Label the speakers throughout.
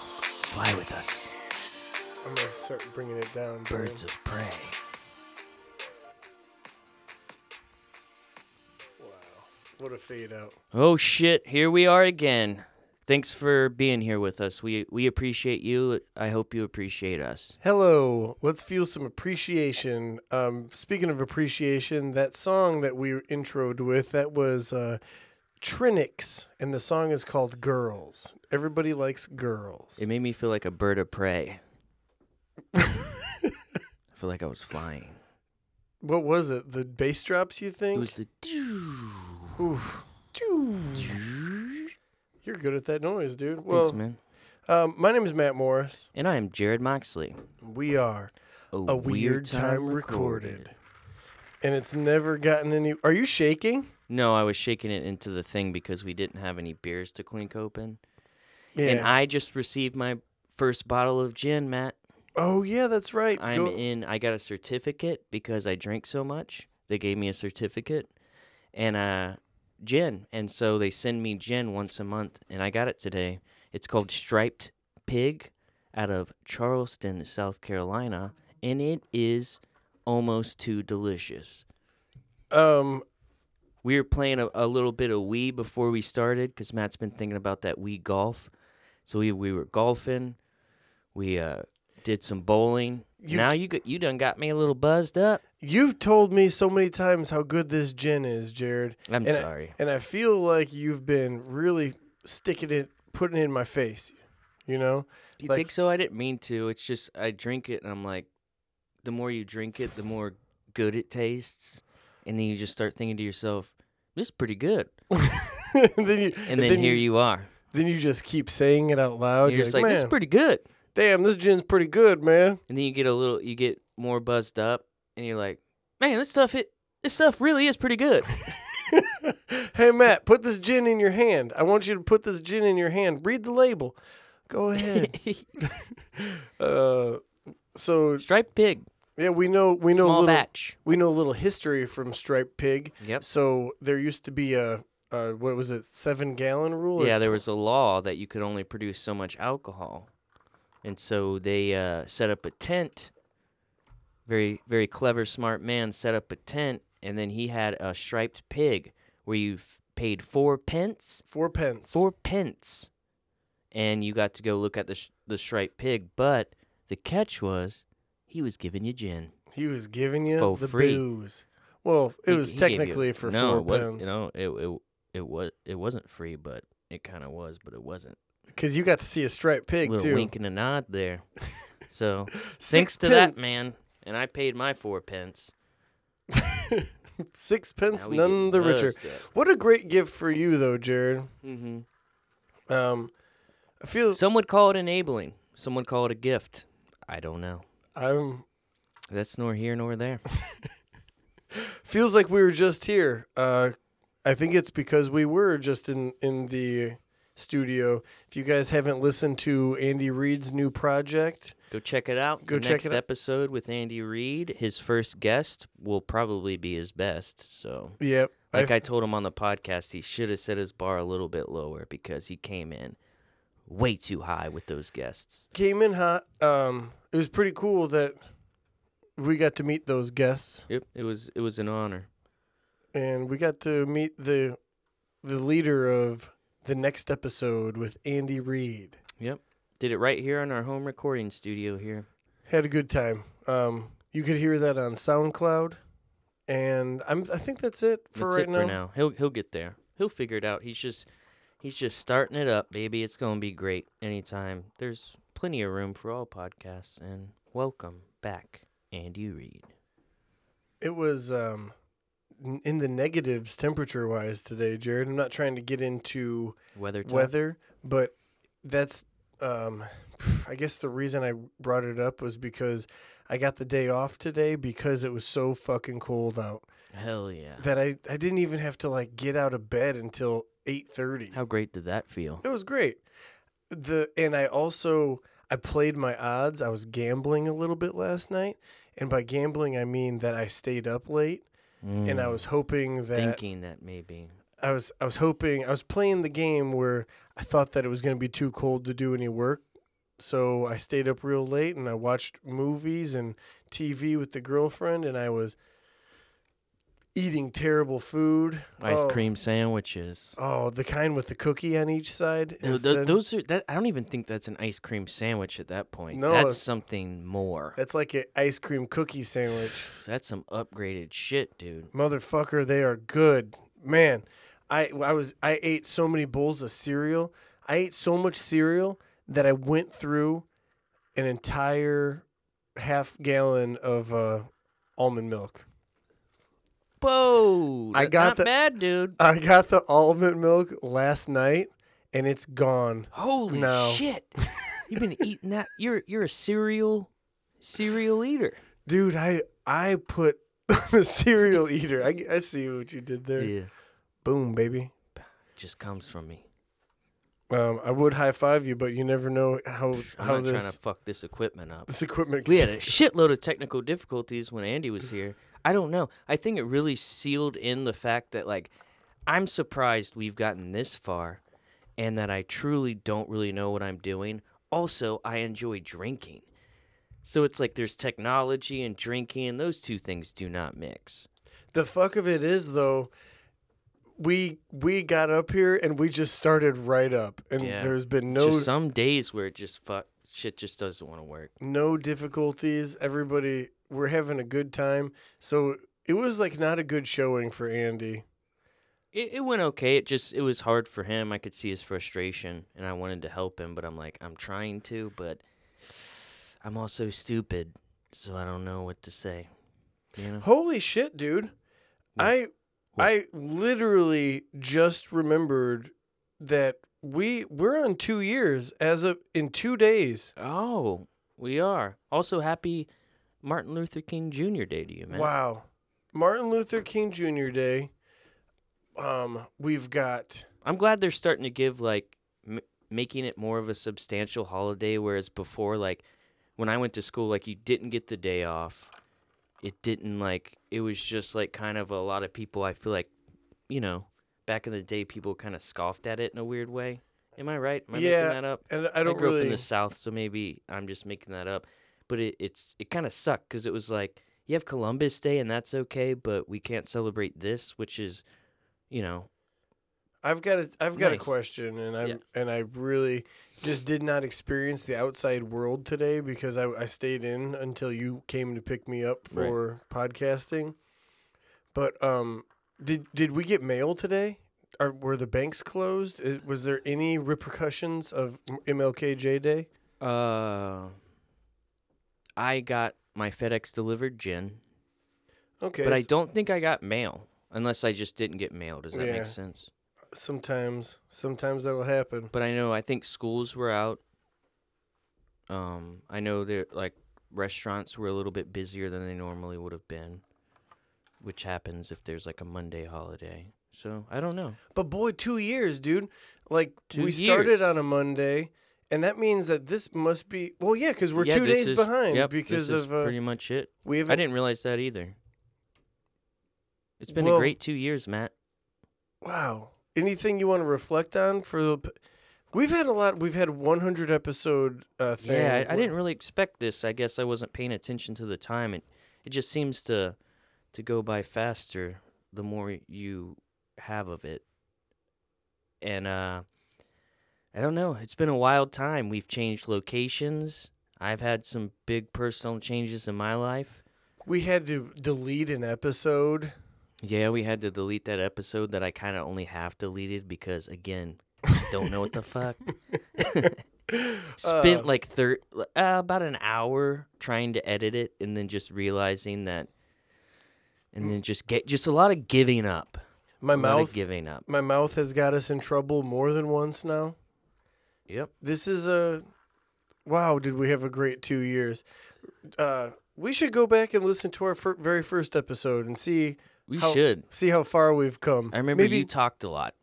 Speaker 1: fly with us,
Speaker 2: I'm gonna start bringing it down. Dylan.
Speaker 1: birds of prey.
Speaker 2: Wow, what a fade out.
Speaker 3: Oh shit, here we are again. Thanks for being here with us. We we appreciate you. I hope you appreciate us.
Speaker 2: Hello, let's feel some appreciation. Um, speaking of appreciation, that song that we introed with that was uh, Trinix, and the song is called "Girls." Everybody likes girls.
Speaker 3: It made me feel like a bird of prey. I feel like I was flying.
Speaker 2: what was it? The bass drops? You think?
Speaker 3: It was the
Speaker 2: Oof. You're good at that noise, dude. Well,
Speaker 3: Thanks, man.
Speaker 2: um, my name is Matt Morris.
Speaker 3: And I am Jared Moxley.
Speaker 2: We are a weird time recorded, and it's never gotten any. Are you shaking?
Speaker 3: No, I was shaking it into the thing because we didn't have any beers to clink open. And I just received my first bottle of gin, Matt.
Speaker 2: oh yeah, that's right.
Speaker 3: I'm
Speaker 2: Go-
Speaker 3: in. I got a certificate because I drank so much. They gave me a certificate and uh, gin, and so they send me gin once a month, and I got it today. It's called Striped Pig, out of Charleston, South Carolina, and it is almost too delicious.
Speaker 2: Um,
Speaker 3: We were playing a, a little bit of Wii before we started because Matt's been thinking about that Wii golf. So we, we were golfing. We uh, did some bowling.
Speaker 2: You've-
Speaker 3: now you got, you done got me a little buzzed up.
Speaker 2: You've told me so many times how good this gin is, Jared.
Speaker 3: I'm
Speaker 2: and I-
Speaker 3: sorry.
Speaker 2: and I feel like you've been really sticking it, putting it in my face. You know,
Speaker 3: You
Speaker 2: like-
Speaker 3: think so? I didn't mean to. It's just I drink it and I'm like, the more you drink it, the more good it tastes, and then you just start thinking to yourself, this is pretty good.
Speaker 2: and then you
Speaker 3: And then, here
Speaker 2: you,
Speaker 3: you are.
Speaker 2: then you just keep saying it out loud.
Speaker 3: You're just like, this is
Speaker 2: "Man,
Speaker 3: pretty good.
Speaker 2: damn, this gin's pretty good, man.
Speaker 3: And then you get a little, you get more buzzed up, and you're like, man, this stuff it. This stuff really is pretty good.
Speaker 2: Hey Matt, put this gin in your hand. I want you to put this gin in your hand. Read the label. Go ahead. uh, so
Speaker 3: Striped pig,
Speaker 2: yeah, we know we know a
Speaker 3: small
Speaker 2: little,
Speaker 3: batch.
Speaker 2: we know a little history from striped pig.
Speaker 3: Yep.
Speaker 2: So there used to be a, uh what was it, seven gallon rule? or
Speaker 3: Yeah, there was a law that you could only produce so much alcohol, and so they uh, set up a tent. Very, very clever, smart man set up a tent, and then he had a striped pig where you f- paid four pence,
Speaker 2: four pence.
Speaker 3: four pence, and you got to go look at the sh- the striped pig. But the catch was, he was giving you gin.
Speaker 2: He was giving you
Speaker 3: For
Speaker 2: the
Speaker 3: Oh, free.
Speaker 2: booze. Well, it
Speaker 3: He-
Speaker 2: was
Speaker 3: he gave you-
Speaker 2: technically for
Speaker 3: no,
Speaker 2: four
Speaker 3: it wa-
Speaker 2: pence.
Speaker 3: No, it it it was it wasn't free, but it kind of was, but it wasn't.
Speaker 2: Because you got to see a striped pig
Speaker 3: little
Speaker 2: too.
Speaker 3: wink and a nod there. So
Speaker 2: Six
Speaker 3: thanks to
Speaker 2: pence.
Speaker 3: that man, and I paid my four pence.
Speaker 2: Six pence,
Speaker 3: Now we
Speaker 2: none
Speaker 3: get
Speaker 2: the richer.
Speaker 3: buzzed up.
Speaker 2: What a great gift for you though, Jared.
Speaker 3: hmm
Speaker 2: Um I feel
Speaker 3: Some would call it enabling. Some would call it a gift. I don't know.
Speaker 2: I'm
Speaker 3: That's nor here nor there.
Speaker 2: feels like we were just here. Uh I think it's because we were just in in the studio. If you guys haven't listened to Andy Reid's new project,
Speaker 3: Go check it out.
Speaker 2: Go
Speaker 3: the
Speaker 2: check
Speaker 3: next
Speaker 2: it out.
Speaker 3: episode with Andy Reid, his first guest will probably be his best. So,
Speaker 2: yep.
Speaker 3: like I told him on the podcast, he should have set his bar a little bit lower because he came in way too high with those guests.
Speaker 2: came in hot. Um, it was pretty cool that we got to meet those guests,
Speaker 3: Yep, it was it was an honor.
Speaker 2: and we got to meet the the leader of the next episode with Andy Reid.
Speaker 3: Yep. Did it right here in our home recording studio here.
Speaker 2: Had a good time. Um, you could hear that on SoundCloud, and I'm I think that's it for
Speaker 3: That's
Speaker 2: right
Speaker 3: it for now. He'll he'll get there. He'll figure it out. He's just he's just starting it up, baby. It's gonna be great anytime. There's plenty of room for all podcasts and welcome back, Andy Reid.
Speaker 2: It was um, n- in the negatives temperature wise today, Jared. I'm not trying to get into
Speaker 3: Weather talk.
Speaker 2: weather, but that's um I guess the reason I brought it up was because I got the day off today because it was so fucking cold out
Speaker 3: Hell yeah.
Speaker 2: that I I didn't even have to like get out of bed until 8:30.
Speaker 3: How great did that feel?
Speaker 2: It was great. The and I also I played my odds. I was gambling a little bit last night, and by gambling I mean that I stayed up late and I
Speaker 3: Mm,
Speaker 2: was hoping that
Speaker 3: thinking that maybe.
Speaker 2: I was I was hoping I was playing the game where I thought that it was going to be too cold to do any work So I stayed up real late and I watched movies and TV with the girlfriend and I was eating terrible food.
Speaker 3: Ice
Speaker 2: Oh,
Speaker 3: cream sandwiches.
Speaker 2: Oh, the kind with the cookie on each side.
Speaker 3: No, tho-
Speaker 2: instead.
Speaker 3: those are that. I don't even think that's an ice cream sandwich at that point.
Speaker 2: No,
Speaker 3: that's
Speaker 2: it's-
Speaker 3: something more.
Speaker 2: That's like an ice cream cookie sandwich.
Speaker 3: That's some upgraded shit, dude.
Speaker 2: Motherfucker, they are good. Man, I I was I ate so many bowls of cereal. I ate so much cereal that I went through an entire half gallon of uh, almond milk.
Speaker 3: Whoa!
Speaker 2: I
Speaker 3: that's
Speaker 2: got
Speaker 3: not
Speaker 2: the-
Speaker 3: bad, dude.
Speaker 2: I got the almond milk last night and it's gone.
Speaker 3: Holy
Speaker 2: No.
Speaker 3: shit! You've been eating that. You're you're a cereal cereal eater.
Speaker 2: Dude, I I put the cereal eater. I, I see what you did there. Boom, baby.
Speaker 3: just comes from me.
Speaker 2: Um, I would high five you, but you never know how
Speaker 3: I'm
Speaker 2: how
Speaker 3: not
Speaker 2: this
Speaker 3: trying to fuck this equipment up.
Speaker 2: this equipment.
Speaker 3: We had a shitload of technical difficulties when Andy was here. I don't know. I think it really sealed in the fact that like I'm surprised we've gotten this far and that I truly don't really know what I'm doing. Also, I enjoy drinking. So it's like there's technology and drinking and those two things do not mix.
Speaker 2: The fuck of it is though, we we got up here and we just started right up, and
Speaker 3: Yeah.
Speaker 2: there's been
Speaker 3: No,
Speaker 2: no
Speaker 3: just some days where it just fuck shit just doesn't want to work.
Speaker 2: no difficulties. Everybody, we're having a good time. So it was like not a good showing for Andy.
Speaker 3: It, it went okay. It just it was hard for him. I could see his frustration, and I wanted to help him, but I'm like, I'm trying to, but I'm also stupid, so I don't know what to say. You know?
Speaker 2: Holy shit, dude! I
Speaker 3: What?
Speaker 2: I literally just remembered that we we're on two years as of in two days.
Speaker 3: Oh, we are also happy Martin Luther King Jr. Day to you, man.
Speaker 2: Wow. Martin Luther King Jr. Day. Um, we've got
Speaker 3: I'm glad they're starting to give like m- making it more of a substantial holiday, whereas before, like when I went to school, like you didn't get the day off. It didn't like it was just like kind of a lot of people. I feel like, you know, back in the day, people kind of scoffed at it in a weird way. Am I right? Am I
Speaker 2: Yeah,
Speaker 3: making that up?
Speaker 2: and I don't
Speaker 3: grew
Speaker 2: really
Speaker 3: up in the South, so maybe I'm just making that up. But it, it's it kind of sucked because it was like you have Columbus Day and that's okay, but we can't celebrate this, which is, you know,
Speaker 2: I've got a I've got a
Speaker 3: Nice.
Speaker 2: question and I
Speaker 3: Yeah.
Speaker 2: am and I really just did not experience the outside world today because I, I stayed in until you came to pick me up
Speaker 3: Right.
Speaker 2: for podcasting. But um did did we get mail today? Are, were the banks closed? Uh, Was there any repercussions of MLKJ Day?
Speaker 3: Uh, I got my FedEx delivered gin,
Speaker 2: Okay,
Speaker 3: but I
Speaker 2: s-
Speaker 3: don't think I got mail unless I just didn't get mail. Does that
Speaker 2: Yeah.
Speaker 3: make sense?
Speaker 2: sometimes sometimes that'll happen.
Speaker 3: But I know I think schools were out. Um, I know that like restaurants were a little bit busier than they normally would have been, which happens if there's like a Monday holiday. So I don't know.
Speaker 2: But boy, two years, dude. Like
Speaker 3: Two
Speaker 2: we
Speaker 3: years.
Speaker 2: started on a Monday, and that means that this must be well, yeah, because we're
Speaker 3: Yeah,
Speaker 2: two
Speaker 3: this
Speaker 2: days
Speaker 3: is-
Speaker 2: behind
Speaker 3: yep, this
Speaker 2: because
Speaker 3: is
Speaker 2: of uh,
Speaker 3: pretty much it.
Speaker 2: we
Speaker 3: I
Speaker 2: haven't.
Speaker 3: didn't realize that either. It's been a
Speaker 2: Well-
Speaker 3: great two years, Matt.
Speaker 2: Wow. Anything you want to reflect on for the? p- We've had a lot. We've had 100 episode uh, thing.
Speaker 3: Yeah, I, I
Speaker 2: Wh-
Speaker 3: didn't really expect this. I guess I wasn't paying attention to the time. It it just seems to to go by faster the more you have of it. And uh I don't know. It's been a wild time. We've changed locations. I've had some big personal changes in my life.
Speaker 2: We had to delete an episode.
Speaker 3: Yeah, we had to delete that episode that I kind of only half deleted because again, don't know what the fuck. spent
Speaker 2: Uh,
Speaker 3: like thir- uh, about an hour trying to edit it and then just realizing that and then just get just a lot of giving up
Speaker 2: my
Speaker 3: a lot of
Speaker 2: mouth.
Speaker 3: giving up
Speaker 2: My mouth has got us in trouble more than once now.
Speaker 3: yep
Speaker 2: this is a wow did we have a great two years uh we should go back and listen to our fir- very first episode and see
Speaker 3: we
Speaker 2: How-
Speaker 3: should
Speaker 2: see how far we've come
Speaker 3: i remember
Speaker 2: maybe
Speaker 3: you talked a lot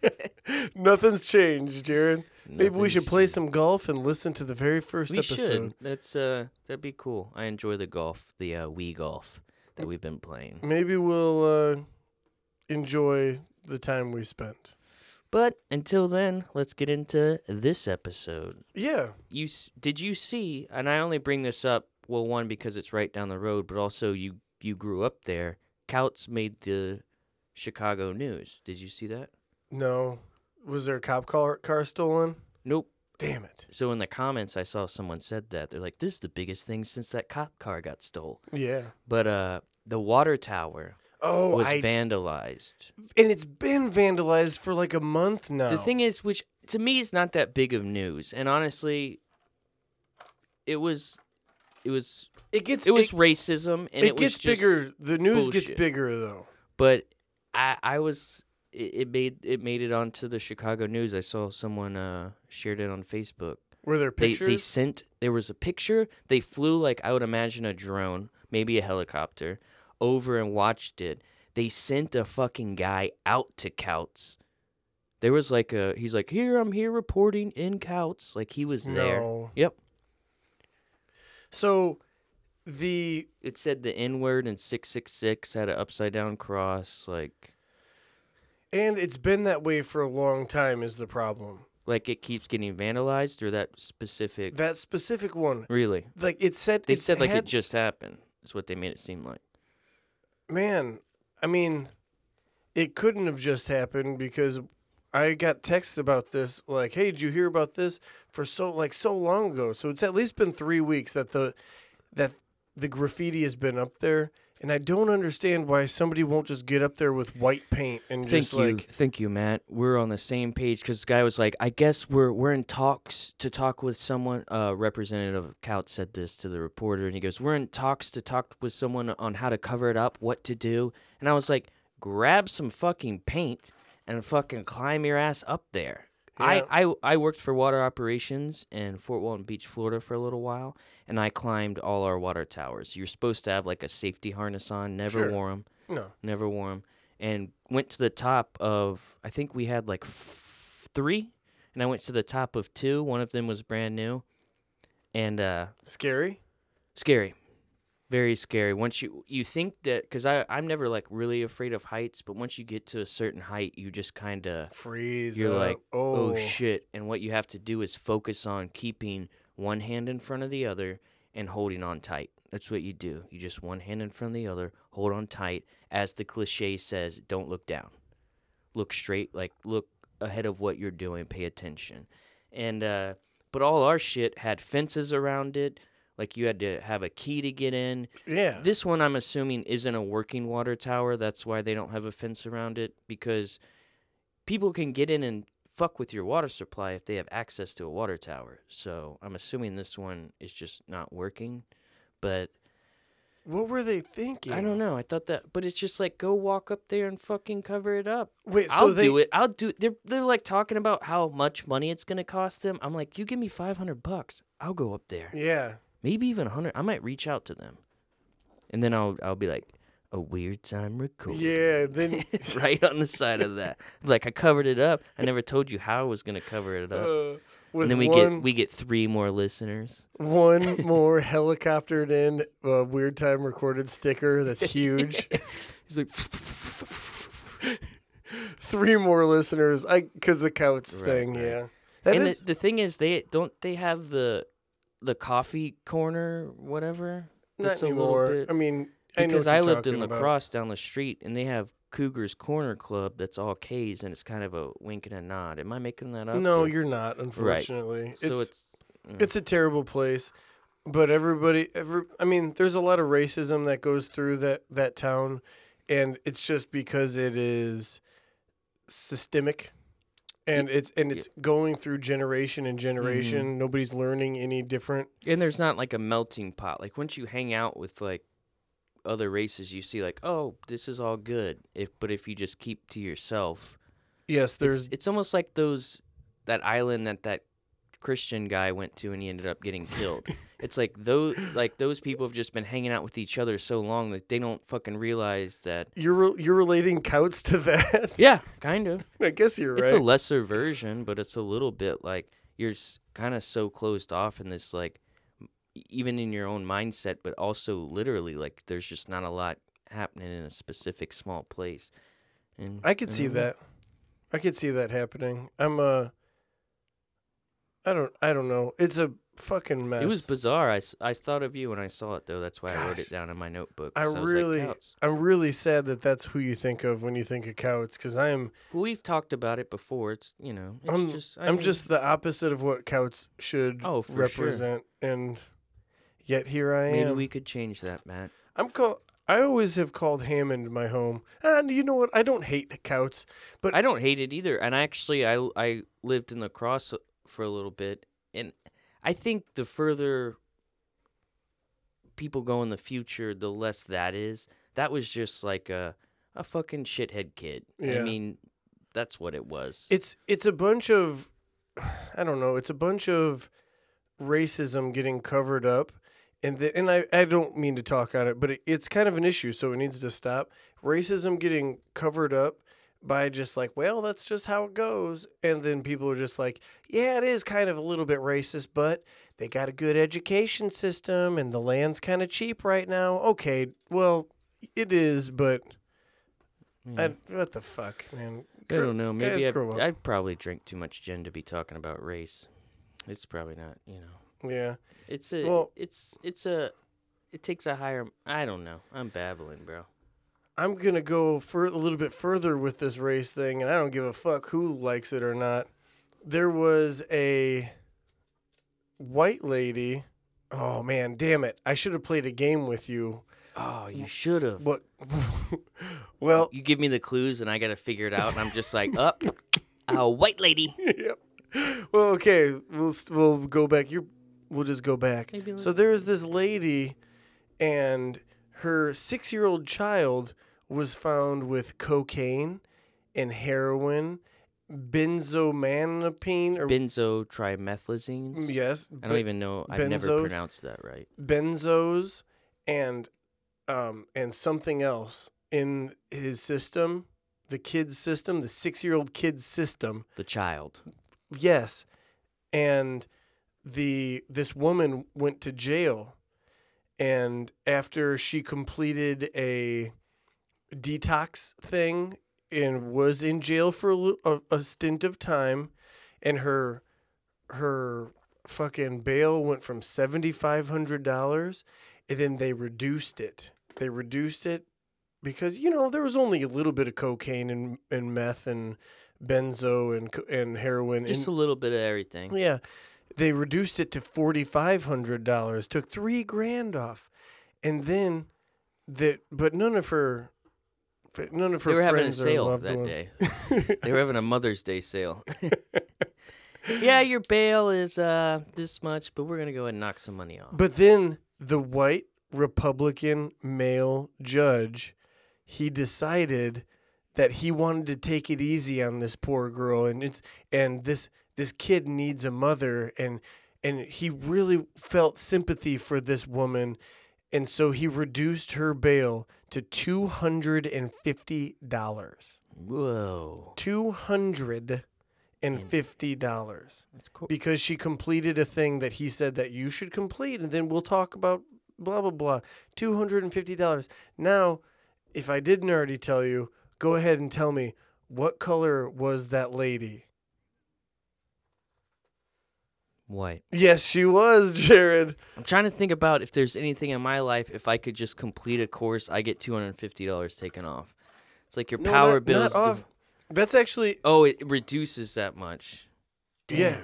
Speaker 2: nothing's chinged jared maybe we
Speaker 3: Nothing's
Speaker 2: should play
Speaker 3: changed.
Speaker 2: some golf and listen to the very first
Speaker 3: we
Speaker 2: episode
Speaker 3: should that's uh that'd be cool i enjoy the golf the uh wii golf
Speaker 2: Mm.
Speaker 3: that we've been playing
Speaker 2: maybe we'll uh enjoy the time we spent
Speaker 3: But until then, let's get into this episode.
Speaker 2: Yeah.
Speaker 3: You s- did you see? And I only bring this up well, one because it's right down the road, but also you you grew up there. Couts made the Chicago news. Did you see that?
Speaker 2: No. Was there a cop car, car stolen?
Speaker 3: Nope.
Speaker 2: Damn it.
Speaker 3: So in the comments, I saw someone said that they're like, "This is the biggest thing since that cop car got stole."
Speaker 2: Yeah.
Speaker 3: But uh, the water tower
Speaker 2: Oh,
Speaker 3: was
Speaker 2: I,
Speaker 3: vandalized.
Speaker 2: and it's been vandalized for like a month now.
Speaker 3: The thing is, which to me is not that big of news, and honestly, it was, it was,
Speaker 2: it gets
Speaker 3: it was racism, and
Speaker 2: it,
Speaker 3: it, was
Speaker 2: gets
Speaker 3: just,
Speaker 2: bigger. The news gets
Speaker 3: bullshit.
Speaker 2: bigger though.
Speaker 3: But I, I was, it, it made it made it onto the Chicago news. I saw someone uh shared it on Facebook.
Speaker 2: Were there
Speaker 3: They
Speaker 2: pictures?
Speaker 3: they sent there was a picture. They flew like I would imagine a drone, maybe a helicopter, over and watched it. They sent a fucking guy out to Couts. There was like a he's like here I'm here reporting in Couts like he was there.
Speaker 2: No.
Speaker 3: Yep.
Speaker 2: So the
Speaker 3: It said the N word and six six six had an upside down cross like
Speaker 2: and it's been that way for a long time is the problem.
Speaker 3: like it keeps getting vandalized or that specific
Speaker 2: That specific one,
Speaker 3: really
Speaker 2: like it said,
Speaker 3: they
Speaker 2: it's
Speaker 3: said like
Speaker 2: had-
Speaker 3: it just happened is what they made it seem like
Speaker 2: man, I mean, it couldn't have just happened because I got texts about this, like, hey, did you hear about this for so like so long ago? So it's at least been three weeks that the that the graffiti has been up there, and I don't understand why somebody won't just get up there with white paint and
Speaker 3: thank
Speaker 2: just
Speaker 3: you
Speaker 2: like
Speaker 3: thank you matt we're on the same page because the guy was like i guess we're we're in talks to talk with someone uh representative couch said this to the reporter and he goes we're in talks to talk with someone on how to cover it up what to do and i was like grab some fucking paint and fucking climb your ass up there
Speaker 2: Yeah.
Speaker 3: I, I I worked for water operations in Fort Walton Beach, Florida for a little while, and I climbed all our water towers. You're supposed to have like a safety harness on, never
Speaker 2: Sure.
Speaker 3: wore 'em. wore them
Speaker 2: no.
Speaker 3: never wore 'em, and went to the top of i think we had like f- three and i went to the top of two one of them was brand new and uh
Speaker 2: Scary.
Speaker 3: scary very scary once you you think that because i i'm never like really afraid of heights but once you get to a certain height you just kind of
Speaker 2: Freeze.
Speaker 3: You're
Speaker 2: up.
Speaker 3: like,
Speaker 2: oh,
Speaker 3: oh shit and what you have to do is focus on keeping one hand in front of the other and holding on tight that's what you do you just one hand in front of the other hold on tight as the cliche says don't look down look straight like look ahead of what you're doing pay attention and uh but all our shit had fences around it like you had to have a key to get in
Speaker 2: yeah.
Speaker 3: this one, I'm assuming, isn't a working water tower. That's why they don't have a fence around it because people can get in and fuck with your water supply if they have access to a water tower. So I'm assuming this one is just not working. But
Speaker 2: what were they thinking?
Speaker 3: I don't know. I thought that, but it's just like go walk up there and fucking cover it up.
Speaker 2: Wait, so
Speaker 3: I'll
Speaker 2: they
Speaker 3: do it. I'll do. They're they're like talking about how much money it's gonna cost them. I'm like, you give me 500 bucks, I'll go up there
Speaker 2: Yeah.
Speaker 3: maybe even 100 i might reach out to them and then i'll i'll be like a weird time recording
Speaker 2: Yeah. Then
Speaker 3: right on the side of that like i covered it up i never told you how i was gonna cover it up
Speaker 2: uh, with
Speaker 3: and then we
Speaker 2: one,
Speaker 3: get we get three more listeners
Speaker 2: One more helicoptered in uh, weird time recorded sticker that's huge.
Speaker 3: he's like
Speaker 2: Three more listeners. I because the couch
Speaker 3: Right,
Speaker 2: thing.
Speaker 3: right.
Speaker 2: Yeah, that
Speaker 3: and
Speaker 2: is-
Speaker 3: the, the thing is they don't they have the the coffee corner whatever
Speaker 2: not
Speaker 3: that's a little
Speaker 2: anymore.
Speaker 3: bit-
Speaker 2: I mean, I know
Speaker 3: because
Speaker 2: what
Speaker 3: I,
Speaker 2: you're
Speaker 3: lived in
Speaker 2: talking about.
Speaker 3: lacrosse down the street and they have cougars corner club that's all k's and it's kind of a wink and a nod am i making that up
Speaker 2: No,
Speaker 3: or-
Speaker 2: you're not. Unfortunately, it's,
Speaker 3: so
Speaker 2: it's
Speaker 3: it's mm.
Speaker 2: a terrible place. But everybody, every I mean, there's a lot of racism that goes through that that town, and it's just because it is systemic, and it's and it's going through generation and generation.
Speaker 3: Mm-hmm.
Speaker 2: Nobody's learning any different.
Speaker 3: And there's not like a melting pot. Like once you hang out with like other races, you see like, oh, this is all good. If but if you just keep to yourself,
Speaker 2: Yes,
Speaker 3: there's
Speaker 2: there's
Speaker 3: it's, almost like those that island that that Christian guy went to and he ended up getting killed. it's like those like those people have just been hanging out with each other so long that they don't fucking realize that.
Speaker 2: you're re- you're relating couch to that.
Speaker 3: Yeah, kind of.
Speaker 2: I guess you're right.
Speaker 3: It's a lesser version, but it's a little bit like you're kind of so closed off in this like m- e, even in your own mindset, but also literally like there's just not a lot happening in a specific small place. And
Speaker 2: I could see
Speaker 3: mm-hmm. don't know.
Speaker 2: that. I could see that happening. I'm uh I don't I don't know. It's a fucking mess.
Speaker 3: It was bizarre. I, s- I thought of you when I saw it, though. That's why I wrote
Speaker 2: Gosh.
Speaker 3: it down in my notebook.
Speaker 2: I
Speaker 3: So was like,
Speaker 2: really
Speaker 3: "Cows."
Speaker 2: I'm really sad that that's who you think of when you think of Couts cuz I am
Speaker 3: We've talked about it before. It's, you know, it's
Speaker 2: I'm
Speaker 3: just. I
Speaker 2: I am
Speaker 3: mean,
Speaker 2: just the opposite of what Couts should
Speaker 3: Oh, for sure.
Speaker 2: represent and yet here I
Speaker 3: Maybe
Speaker 2: am.
Speaker 3: we could change that, Matt.
Speaker 2: I'm call I always have called Hammond my home. And you know what? I don't hate Couts. But-
Speaker 3: I don't hate it either. And actually, I I lived in lacrosse for a little bit, and I think the further people go in the future, the less that is. That was just like a a fucking shithead kid. I
Speaker 2: Yeah.
Speaker 3: mean, that's what it was.
Speaker 2: It's it's a bunch of I don't know, it's a bunch of racism getting covered up and the, and I, I don't mean to talk on it, but it, it's kind of an issue, so it needs to stop. Racism getting covered up by just like, well, that's just how it goes. And then people are just like, yeah, it is kind of a little bit racist, but they got a good education system and the land's kind of cheap right now. Okay, well, it is, but
Speaker 3: Yeah.
Speaker 2: I, what the fuck, man?
Speaker 3: I don't know.
Speaker 2: guys,
Speaker 3: Maybe I,
Speaker 2: grow up.
Speaker 3: I probably drink too much gin to be talking about race. It's probably not. You know,
Speaker 2: Yeah.
Speaker 3: it's a.
Speaker 2: Well-
Speaker 3: it's it's a. It takes a higher. I don't know. I'm babbling, bro.
Speaker 2: I'm gonna go for a little bit further with this race thing, and I don't give a fuck who likes it or not. There was a white lady. Oh man, damn it! I should have played a game with you.
Speaker 3: Oh, you should have.
Speaker 2: What? well,
Speaker 3: you give me the clues and I gotta figure it out, and I'm just like, up, oh, white lady.
Speaker 2: yep. Well, okay. We'll st- we'll go back. You, we'll just go back.
Speaker 3: Maybe
Speaker 2: So there was this lady, and her six-year-old child was found with cocaine and heroin, benzomanapine or
Speaker 3: Benzotrimethylazines.
Speaker 2: yes,
Speaker 3: I don't even know. I've never
Speaker 2: benzos.
Speaker 3: pronounced that right.
Speaker 2: benzos and um and something else in his system, the kid's system, the six-year-old kid's system.
Speaker 3: The child.
Speaker 2: Yes. And the this woman went to jail and after she completed a detox thing and was in jail for a, lit- a, a stint of time and her her fucking bail went from $7500 and then they reduced it. They reduced it because you know there was only a little bit of cocaine and, and meth and benzo and co- and heroin in-
Speaker 3: Just a little bit of everything.
Speaker 2: Oh, yeah. They reduced it to forty five hundred dollars, took three grand off. And then that but none of her f- none of her
Speaker 3: They were having a
Speaker 2: friends or
Speaker 3: sale
Speaker 2: loved
Speaker 3: that
Speaker 2: ones-
Speaker 3: day. they were having a Mother's Day sale. yeah, your bail is uh this much, but we're gonna go ahead and knock some money off.
Speaker 2: But then the white Republican male judge, he decided that he wanted to take it easy on this poor girl and it's and this this kid needs a mother and and he really felt sympathy for this woman and so he reduced her bail to two hundred and fifty dollars.
Speaker 3: Whoa,
Speaker 2: Two hundred and fifty dollars
Speaker 3: that's cool.
Speaker 2: because she completed a thing that he said that you should complete and then we'll talk about blah blah blah $250 now if i didn't already tell you go ahead and tell me what color was that lady
Speaker 3: White.
Speaker 2: yes she was jared
Speaker 3: I'm trying to think about if there's anything in my life if I could just complete a course, I get two hundred and fifty dollars taken off. It's like your
Speaker 2: No,
Speaker 3: power
Speaker 2: not-
Speaker 3: bills.
Speaker 2: not
Speaker 3: do-
Speaker 2: off. that's actually
Speaker 3: Oh, it reduces that much.
Speaker 2: yeah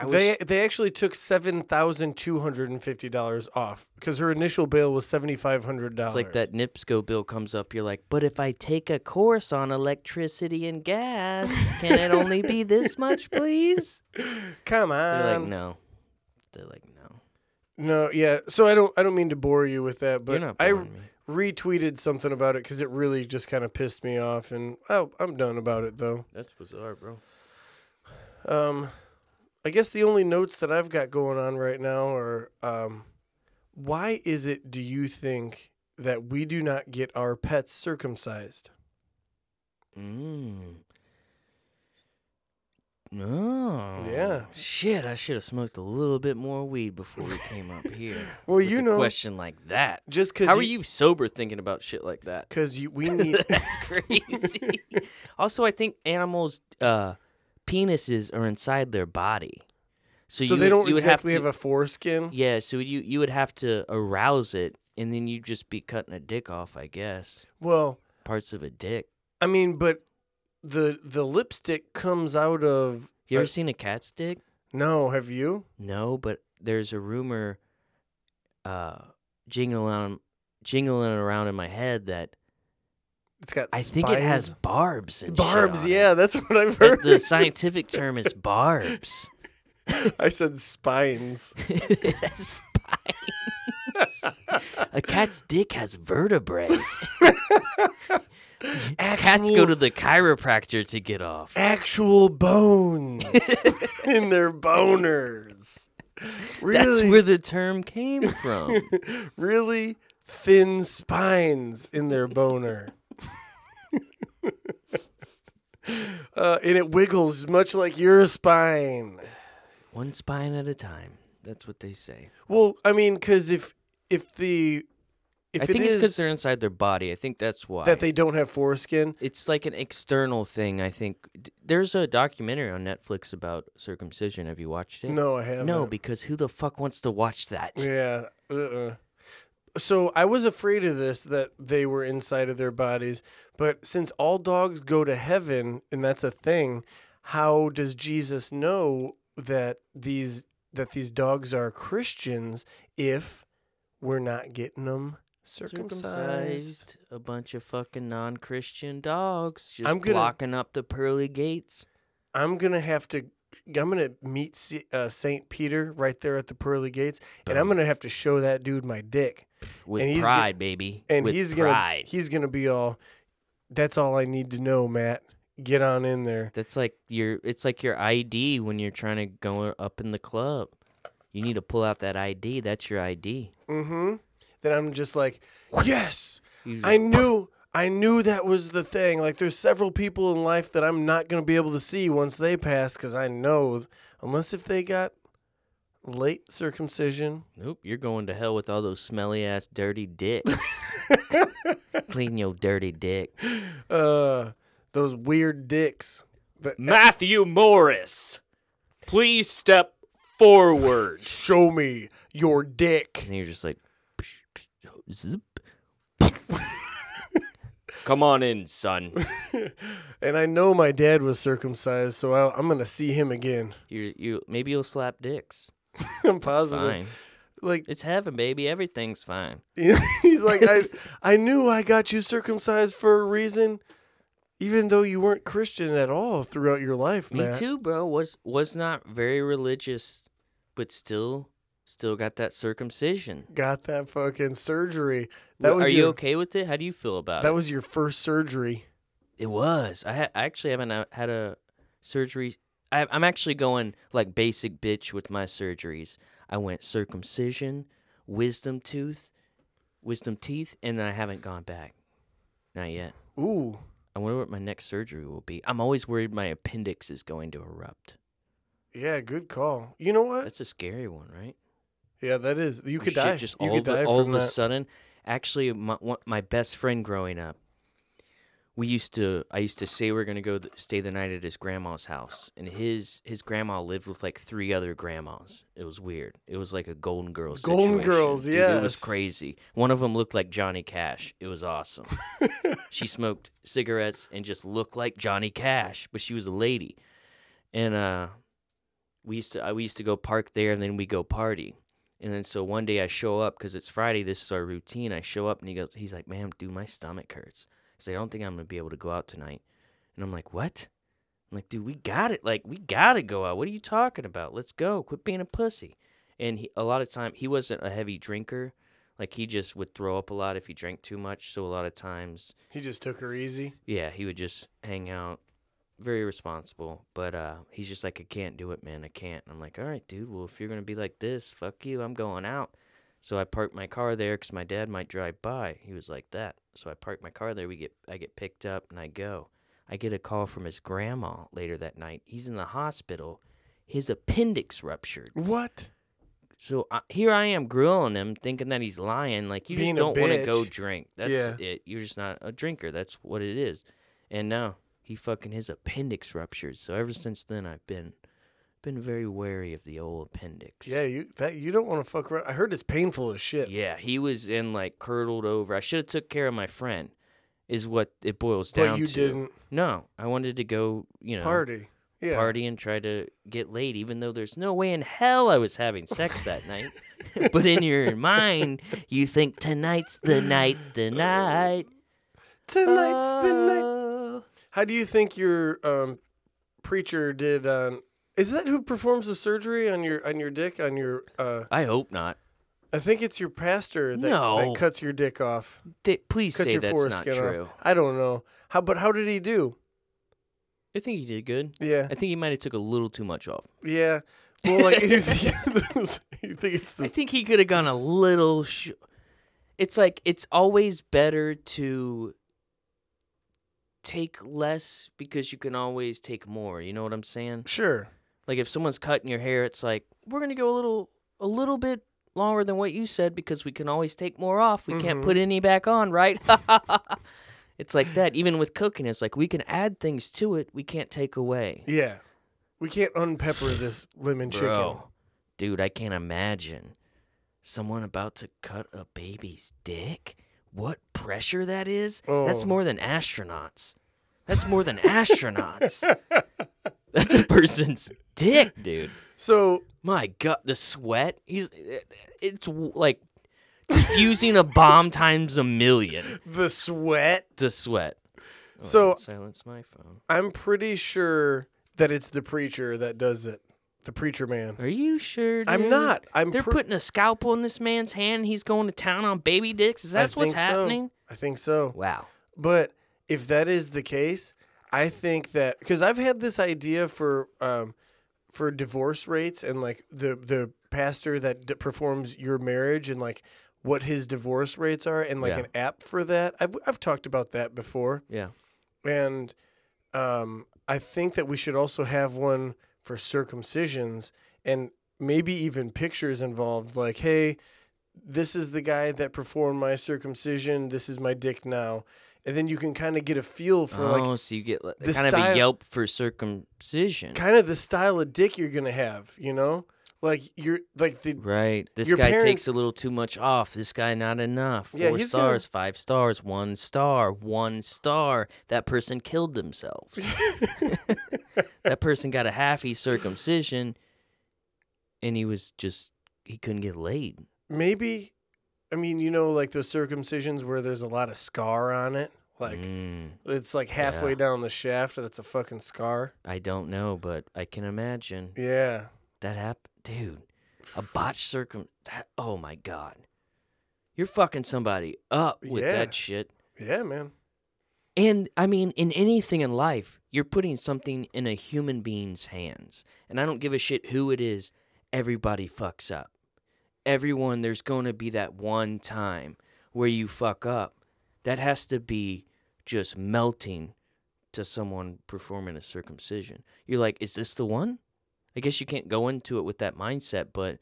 Speaker 3: I wish,
Speaker 2: they they actually took seven thousand two hundred and fifty dollars off because her initial bail was seventy five hundred dollars.
Speaker 3: it's like that NIPSCO bill comes up. You're like, but if I take a course on electricity and gas, can it only be this much, please?
Speaker 2: Come on,
Speaker 3: They're like, no. They're like, no.
Speaker 2: no, yeah. So I don't I don't mean to bore you with that,
Speaker 3: You're
Speaker 2: but
Speaker 3: not
Speaker 2: I
Speaker 3: boring me.
Speaker 2: retweeted something about it because it really just kind of pissed me off, and oh, I'm done about it though.
Speaker 3: That's bizarre, bro.
Speaker 2: Um, I guess the only notes that I've got going on right now are, um, why is it? Do you think that we do not get our pets circumcised?
Speaker 3: Mm. Oh.
Speaker 2: Yeah.
Speaker 3: Shit, I should have smoked a little bit more weed before we came up here.
Speaker 2: Well,
Speaker 3: with
Speaker 2: you
Speaker 3: a
Speaker 2: know-
Speaker 3: question like that.
Speaker 2: Just because
Speaker 3: How are you sober thinking about shit like that?
Speaker 2: Because you, we need.
Speaker 3: That's crazy. also, I think animals' uh, penises are inside their body, so,
Speaker 2: so
Speaker 3: you
Speaker 2: they
Speaker 3: would-
Speaker 2: don't
Speaker 3: you would
Speaker 2: exactly
Speaker 3: have,
Speaker 2: have,
Speaker 3: to,
Speaker 2: a foreskin.
Speaker 3: yeah. So you you would have to arouse it, and then you'd just be cutting a dick off, I guess.
Speaker 2: Well,
Speaker 3: Parts of a dick.
Speaker 2: I mean, but the the lipstick comes out of.
Speaker 3: You ever
Speaker 2: Uh,
Speaker 3: seen a cat's dick?
Speaker 2: No, have you?
Speaker 3: No, but there's a rumor uh, jingling jingling around in my head that
Speaker 2: It's got.
Speaker 3: I think it has
Speaker 2: spines.
Speaker 3: barbs. And shit
Speaker 2: barbs.
Speaker 3: on it.
Speaker 2: Yeah, that's what I've
Speaker 3: But
Speaker 2: heard.
Speaker 3: the scientific term is barbs.
Speaker 2: I said spines.
Speaker 3: It has spines. a cat's dick has vertebrae. Cats go
Speaker 2: Actual-
Speaker 3: to the chiropractor to get off.
Speaker 2: actual bones in their boners.
Speaker 3: That's
Speaker 2: Really,
Speaker 3: where the term came from.
Speaker 2: really thin spines in their boner. uh, and it wiggles much like your spine.
Speaker 3: One spine at a time. That's what they say.
Speaker 2: Well, I mean, because if if the if
Speaker 3: I
Speaker 2: it
Speaker 3: think it's because
Speaker 2: is
Speaker 3: they're inside their body. I think that's why.
Speaker 2: that they don't have foreskin,
Speaker 3: it's like an external thing. I think D- there's a documentary on Netflix about circumcision. Have you watched it?
Speaker 2: no, I haven't.
Speaker 3: No, because who the fuck wants to watch that?
Speaker 2: Yeah. Uh-uh. So I was afraid of this that they were inside of their bodies, but since all dogs go to heaven and that's a thing, how does Jesus know that these that these dogs are Christians if we're not getting them circumcised?
Speaker 3: Circumcised a bunch of fucking non-Christian dogs, just
Speaker 2: I'm gonna-
Speaker 3: blocking up the pearly gates.
Speaker 2: I'm gonna have to. I'm gonna meet S- uh, Saint Peter right there at the pearly gates, and I'm
Speaker 3: Boom.
Speaker 2: gonna have to show that dude my dick.
Speaker 3: with
Speaker 2: and he's gonna-
Speaker 3: pride, baby.
Speaker 2: and
Speaker 3: with
Speaker 2: he's
Speaker 3: pride.
Speaker 2: gonna he's gonna be all that's all i need to know matt get on in there
Speaker 3: That's like your. It's like your ID when you're trying to go up in the club. You need to pull out that ID. That's your ID.
Speaker 2: mm-hmm then i'm just like yes
Speaker 3: You just-
Speaker 2: i knew i knew that was the thing like there's several people in life that i'm not gonna be able to see once they pass because i know unless if they got late circumcision
Speaker 3: Nope, you're going to hell with all those smelly ass dirty dicks. Clean your dirty dick.
Speaker 2: uh those weird dicks that
Speaker 3: Matthew Morris, please step forward.
Speaker 2: show me your dick
Speaker 3: And you're just like, zip. Come on in, son.
Speaker 2: and i know my dad was circumcised so I, i'm gonna see him again
Speaker 3: You you maybe you'll slap dicks.
Speaker 2: i'm
Speaker 3: It's
Speaker 2: positive
Speaker 3: fine.
Speaker 2: like
Speaker 3: It's heaven, baby. Everything's fine.
Speaker 2: he's like I I knew I got you circumcised for a reason even though you weren't Christian at all throughout your life
Speaker 3: Me
Speaker 2: Matt.
Speaker 3: too, bro. Was was not very religious, but still still got that circumcision.
Speaker 2: got that fucking surgery that
Speaker 3: That
Speaker 2: was
Speaker 3: Are
Speaker 2: your,
Speaker 3: you okay with it? How do you feel about it?
Speaker 2: that was your first surgery
Speaker 3: It was. I, ha- I actually haven't uh, had a surgery. I, I'm actually going like basic bitch with my surgeries. I went circumcision, wisdom tooth, wisdom teeth, and I haven't gone back. Not yet.
Speaker 2: ooh
Speaker 3: I wonder what my next surgery will be. I'm always worried my appendix is going to erupt.
Speaker 2: yeah good call you know what
Speaker 3: That's a scary one, right?
Speaker 2: yeah that is you could
Speaker 3: shit
Speaker 2: die
Speaker 3: Just
Speaker 2: you
Speaker 3: all,
Speaker 2: could
Speaker 3: the-
Speaker 2: die
Speaker 3: all
Speaker 2: from
Speaker 3: of a
Speaker 2: that
Speaker 3: sudden. Actually, my one, my best friend growing up, we used to I used to say we are gonna go th- stay the night at his grandma's house, and his his grandma lived with like three other grandmas. It was weird. It was like a Golden Girls.
Speaker 2: Golden
Speaker 3: situation,
Speaker 2: Girls,
Speaker 3: dude. it was
Speaker 2: yes.
Speaker 3: crazy. One of them looked like Johnny Cash. It was awesome. she smoked cigarettes and just looked like Johnny Cash, but she was a lady, and uh. We used to I- we used to go park there and then we go party. And then so one day I show up because it's Friday. This is our routine. I show up and he goes, he's like, "Ma'am, dude, my stomach hurts. Cause I don't think I'm gonna be able to go out tonight." And I'm like, "What?" I'm like, "Dude, we got it. Like, we gotta go out. What are you talking about? Let's go. Quit being a pussy." And he, a lot of time he wasn't a heavy drinker. Like he just would throw up a lot if he drank too much. So a lot of times
Speaker 2: he just took her easy
Speaker 3: yeah, he would just hang out, very responsible. But uh, he's just like, I can't do it, man. I can't. And I'm like, all right, dude. Well, if you're gonna be like this, fuck you. I'm going out. So I parked my car there because my dad might drive by. He was like that. So I parked my car there. We get, I get picked up and I go. I get a call from his grandma later that night. He's in the hospital. His appendix ruptured.
Speaker 2: What?
Speaker 3: So I, here I am grilling him, thinking that he's lying. Like you
Speaker 2: Being
Speaker 3: just
Speaker 2: a
Speaker 3: don't want to go
Speaker 2: bitch.
Speaker 3: drink. That's
Speaker 2: Yeah.
Speaker 3: it. You're just not a drinker. That's what it is. And no, he fucking his appendix ruptured. So ever since then, I've been been very wary of the old appendix.
Speaker 2: Yeah, you that you don't want to fuck around. I heard it's painful as shit.
Speaker 3: Yeah, he was in like curdled over. I should have took care of my friend, is what it boils down
Speaker 2: but you
Speaker 3: to.
Speaker 2: didn't
Speaker 3: No, I wanted to go, you know,
Speaker 2: party. Yeah.
Speaker 3: party and try to get laid, even though there's no way in hell I was having sex that night. but in your mind, you think tonight's the night, the night.
Speaker 2: Uh, Tonight's the night.
Speaker 3: Oh.
Speaker 2: How do you think your um, preacher did on? Is that who performs the surgery on your on your dick on your? Uh,
Speaker 3: I hope not.
Speaker 2: I think it's your pastor that,
Speaker 3: No.
Speaker 2: that cuts your dick off,
Speaker 3: Th- please
Speaker 2: cuts
Speaker 3: say
Speaker 2: your
Speaker 3: that's not
Speaker 2: foreskin
Speaker 3: true.
Speaker 2: off. I don't know how, but how did he do?
Speaker 3: I think he did good.
Speaker 2: Yeah,
Speaker 3: I think he might have took a little too much off.
Speaker 2: yeah. Well, like you think, you think it's
Speaker 3: I
Speaker 2: the
Speaker 3: think he could have gone a little. Sh- it's like it's always better to take less because you can always take more. You know what I'm saying?
Speaker 2: sure.
Speaker 3: Like if someone's cutting your hair, it's like we're gonna go a little, a little bit longer than what you said because we can always take more off. We can't
Speaker 2: Mhm.
Speaker 3: put any back on, right? it's like that. Even with cooking, it's like we can add things to it. We can't take away,
Speaker 2: Yeah, we can't unpepper this lemon chicken.
Speaker 3: bro. Dude, I can't imagine someone about to cut a baby's dick. What pressure that is! That's
Speaker 2: Oh.
Speaker 3: more than astronauts. That's more than astronauts. That's a person's dick, dude.
Speaker 2: So
Speaker 3: My God, the sweat. He's it- it's w- like diffusing a bomb times a million.
Speaker 2: the sweat.
Speaker 3: The sweat. Oh,
Speaker 2: So-
Speaker 3: silence my phone.
Speaker 2: I'm pretty sure that it's the preacher that does it. The preacher man.
Speaker 3: Are you sure?
Speaker 2: I'm
Speaker 3: dude?
Speaker 2: not. I'm
Speaker 3: They're
Speaker 2: pr-
Speaker 3: putting a scalpel in this man's hand. and He's going to town on baby dicks. Is
Speaker 2: I
Speaker 3: that what's
Speaker 2: think so.
Speaker 3: happening?
Speaker 2: I think so.
Speaker 3: Wow.
Speaker 2: But if that is the case, I think that because I've had this idea for um, for divorce rates and like the the pastor that d- performs your marriage and like what his divorce rates are and like
Speaker 3: Yeah.
Speaker 2: an app for that. I've I've talked about that before.
Speaker 3: Yeah.
Speaker 2: And um, I think that we should also have one for circumcisions and maybe even pictures involved like, hey, this is the guy that performed my circumcision. This is my dick now. And then you can kind of get a feel for
Speaker 3: oh,
Speaker 2: like
Speaker 3: so you get like,
Speaker 2: the
Speaker 3: kind of a
Speaker 2: style-
Speaker 3: yelp for circumcision,
Speaker 2: kind of the style of dick you're going to have, you know? Like you're like the
Speaker 3: right? This
Speaker 2: your
Speaker 3: guy takes
Speaker 2: parents-
Speaker 3: a little too much off. This guy not enough.
Speaker 2: Yeah,
Speaker 3: Four
Speaker 2: he's gonna-
Speaker 3: stars, five stars, one star, one star. That person killed themselves. that person got a halfy circumcision, and he was just he couldn't get laid.
Speaker 2: maybe I mean, you know like those circumcisions where there's a lot of scar on it, like
Speaker 3: Mm.
Speaker 2: it's like halfway
Speaker 3: Yeah.
Speaker 2: down the shaft that's a fucking scar.
Speaker 3: I don't know, but I can imagine
Speaker 2: Yeah.
Speaker 3: that happened. Dude, a botched circum. That, oh my God. You're fucking somebody up with
Speaker 2: Yeah.
Speaker 3: that shit.
Speaker 2: Yeah, man.
Speaker 3: And I mean, in anything in life, you're putting something in a human being's hands. And I don't give a shit who it is. Everybody fucks up. Everyone, there's going to be that one time where you fuck up. That has to be just melting to someone performing a circumcision. You're like, is this the one? I guess you can't go into it with that mindset, but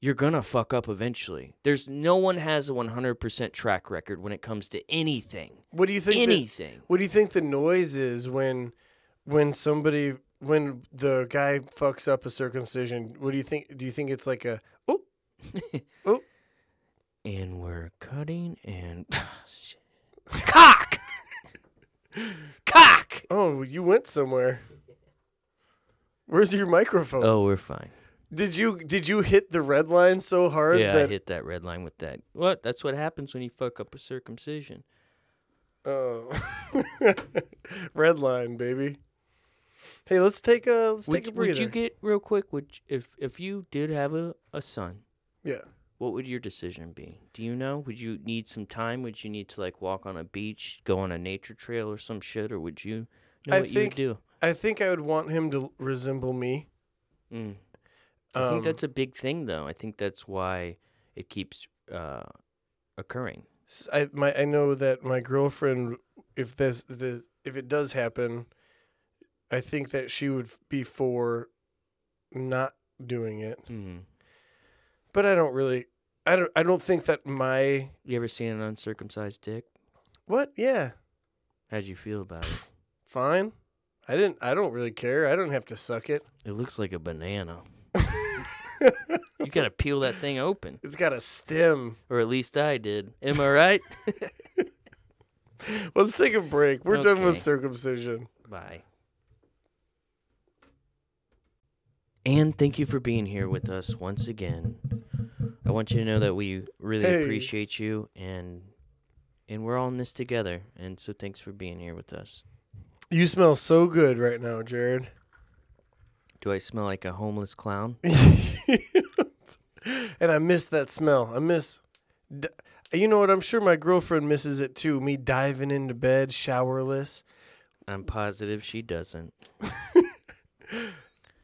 Speaker 3: you're going to fuck up eventually. There's no one has a 100% track record when it comes to anything
Speaker 2: What do you think? the-
Speaker 3: anything.
Speaker 2: what do you think the noise is when when somebody when the guy fucks up a circumcision? What do you think? Do you think it's like a oh
Speaker 3: and we're cutting and Shit. cock, cock.
Speaker 2: oh you went somewhere? Where's your microphone?
Speaker 3: Oh, we're fine.
Speaker 2: Did you did you hit the red line so hard
Speaker 3: Yeah, I
Speaker 2: that
Speaker 3: hit that red line with that. What? That's what happens when you fuck up a circumcision.
Speaker 2: oh red line baby? Hey, let's take a let's
Speaker 3: Would,
Speaker 2: take a
Speaker 3: would
Speaker 2: breather.
Speaker 3: you get real quick? Would you- if if you did have a, a son,
Speaker 2: yeah.
Speaker 3: what would your decision be? Do you know? Would you need some time? Would you need to like walk on a beach, go on a nature trail or some shit, or would you know
Speaker 2: I
Speaker 3: what you would
Speaker 2: think-
Speaker 3: do?
Speaker 2: I think I would want him to resemble me.
Speaker 3: Mm. I
Speaker 2: Um,
Speaker 3: think that's a big thing, though. I think that's why it keeps uh, occurring.
Speaker 2: S- I my I know that my girlfriend, if this the if it does happen, I think that she would be for not doing it.
Speaker 3: Mm-hmm.
Speaker 2: But I don't really. I don't. I don't think that my
Speaker 3: You ever seen an uncircumcised dick?
Speaker 2: what. Yeah,
Speaker 3: How'd you feel about it?
Speaker 2: fine. I didn't. I don't really care. I don't have to suck it.
Speaker 3: It looks like a banana. You gotta peel that thing open,
Speaker 2: it's got a stem.
Speaker 3: or at least I did. Am I right?
Speaker 2: Let's take a break. We're done with
Speaker 3: Okay.
Speaker 2: circumcision.
Speaker 3: Bye. And thank you for being here with us once again. I want you to know that we really
Speaker 2: Hey.
Speaker 3: appreciate you and and we're all in this together. And so thanks for being here with us.
Speaker 2: You smell so good right now, Jared.
Speaker 3: Do I smell like a homeless clown?
Speaker 2: and I miss that smell. I miss. D- you know what? I'm sure my girlfriend misses it too. Me diving into bed, showerless.
Speaker 3: I'm positive she doesn't.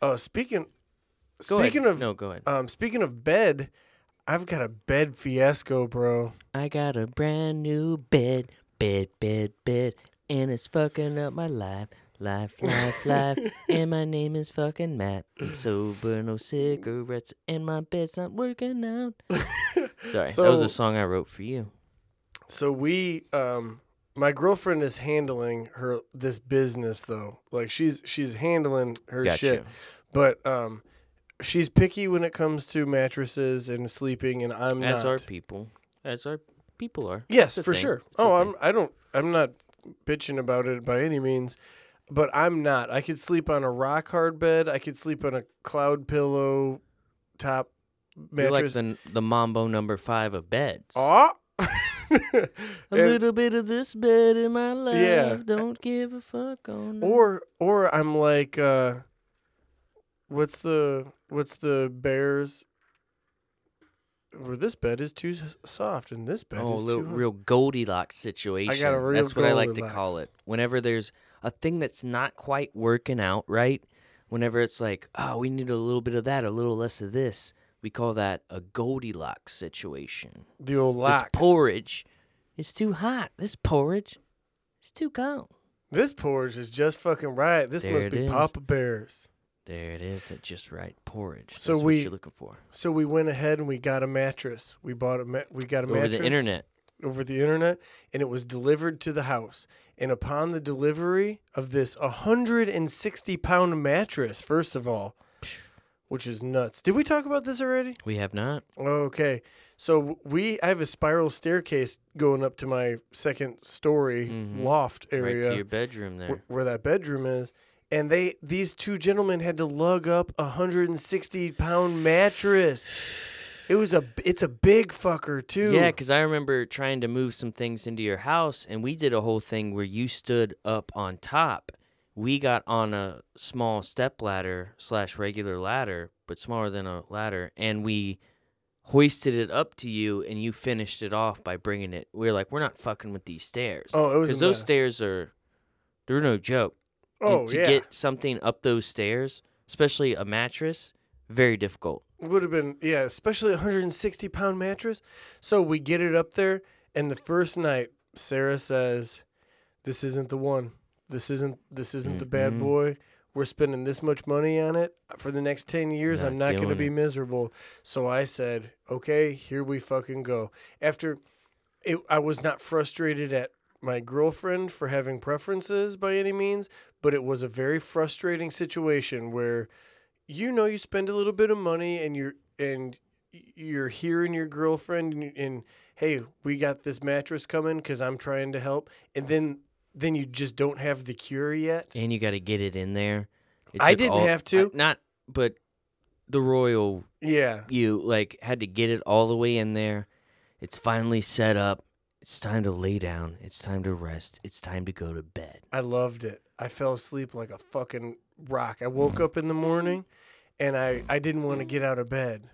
Speaker 2: Uh, speaking.
Speaker 3: Go
Speaker 2: speaking
Speaker 3: ahead.
Speaker 2: of
Speaker 3: no, go ahead.
Speaker 2: um, speaking of bed, I've got a bed fiasco, bro.
Speaker 3: I got a brand new bed, bed, bed, bed, and it's fucking up my life, life, life, life. and my name is fucking Matt. I'm sober, no cigarettes, and my bed's not working out. Sorry, that was
Speaker 2: So-
Speaker 3: a song I wrote for you.
Speaker 2: So we, um, my girlfriend is handling her this business though. Like she's she's handling her
Speaker 3: Gotcha.
Speaker 2: shit. But um, she's picky when it comes to mattresses and sleeping, and I'm
Speaker 3: As
Speaker 2: not.
Speaker 3: our people, as our people are. It's
Speaker 2: yes,
Speaker 3: a
Speaker 2: for
Speaker 3: thing.
Speaker 2: sure.
Speaker 3: It's a
Speaker 2: Oh,
Speaker 3: thing.
Speaker 2: I'm. I don't. I'm not bitching about it by any means, but I'm not. I could sleep on a rock hard bed. I could sleep on a cloud pillow top
Speaker 3: You're like
Speaker 2: mattress.
Speaker 3: the, the Mambo number five of beds.
Speaker 2: Aw.
Speaker 3: a
Speaker 2: And-
Speaker 3: little bit of this bed in my life.
Speaker 2: Yeah.
Speaker 3: Don't give a fuck on. no-
Speaker 2: or or I'm like, uh, what's the what's the Bears? Well, this bed is too s- soft, and this bed
Speaker 3: oh,
Speaker 2: is
Speaker 3: little,
Speaker 2: too.
Speaker 3: real Goldilocks situation.
Speaker 2: real
Speaker 3: That's what I like to
Speaker 2: Goldilocks.
Speaker 3: call it. Whenever there's a thing that's not quite working out right, whenever it's like, oh, we need a little bit of that, a little less of this, we call that a Goldilocks situation.
Speaker 2: the old
Speaker 3: This
Speaker 2: locks.
Speaker 3: porridge is too hot. This porridge is too cold.
Speaker 2: This porridge is just fucking right. This
Speaker 3: There
Speaker 2: must
Speaker 3: it
Speaker 2: be
Speaker 3: is.
Speaker 2: Papa Bears.
Speaker 3: There it is. That just right porridge.
Speaker 2: So
Speaker 3: that's
Speaker 2: we-
Speaker 3: what you're looking for
Speaker 2: So we went ahead and we got a mattress. We bought a ma- we got a
Speaker 3: over
Speaker 2: mattress
Speaker 3: the internet.
Speaker 2: over the internet, and it was delivered to the house. And upon the delivery of this 160 pound mattress, first of all, which is nuts. Did we talk about this already?
Speaker 3: We have not.
Speaker 2: Okay. So w- we I have a spiral staircase going up to my second story
Speaker 3: Mhm.
Speaker 2: loft
Speaker 3: Right
Speaker 2: area
Speaker 3: to your bedroom
Speaker 2: wh-
Speaker 3: there.
Speaker 2: where, that bedroom is. And they these two gentlemen had to lug up a hundred and sixty pound mattress. It was a b- it's a big fucker too.
Speaker 3: Yeah, because I remember trying to move some things into your house, and we did a whole thing where you stood up on top. We got on a small step ladder slash regular ladder, but smaller than a ladder, and we hoisted it up to you, and you finished it off by bringing it. We were like, we're not fucking with these stairs,
Speaker 2: oh, it was a
Speaker 3: because those
Speaker 2: mess.
Speaker 3: stairs are they're no joke. And
Speaker 2: Oh
Speaker 3: to
Speaker 2: yeah,
Speaker 3: get something up those stairs, especially a mattress, very difficult.
Speaker 2: would have been yeah, especially a hundred and sixty pound mattress. So we get it up there, and the first night Sarah says, "This isn't the one. This isn't this isn't the bad
Speaker 3: Mhm.
Speaker 2: boy." We're spending this much money on it for the next 10 years.
Speaker 3: Not
Speaker 2: I'm not going to
Speaker 3: doing
Speaker 2: be
Speaker 3: it.
Speaker 2: miserable. So I said, okay, here we fucking go. After it, I was not frustrated at my girlfriend for having preferences by any means, but it was a very frustrating situation where you know you spend a little bit of money and you're and you're hearing your girlfriend and, and hey, we got this mattress coming cuz I'm trying to help and then then you just don't have the cure yet.
Speaker 3: and you got to get it in there. It
Speaker 2: I
Speaker 3: took
Speaker 2: didn't have
Speaker 3: I-
Speaker 2: to.
Speaker 3: not, but the royal
Speaker 2: Yeah.
Speaker 3: you like had to get it all the way in there. It's finally set up. It's time to lay down. It's time to rest. It's time to go to bed.
Speaker 2: I loved it. I fell asleep like a fucking rock. I woke up in the morning and I I didn't want to get out of bed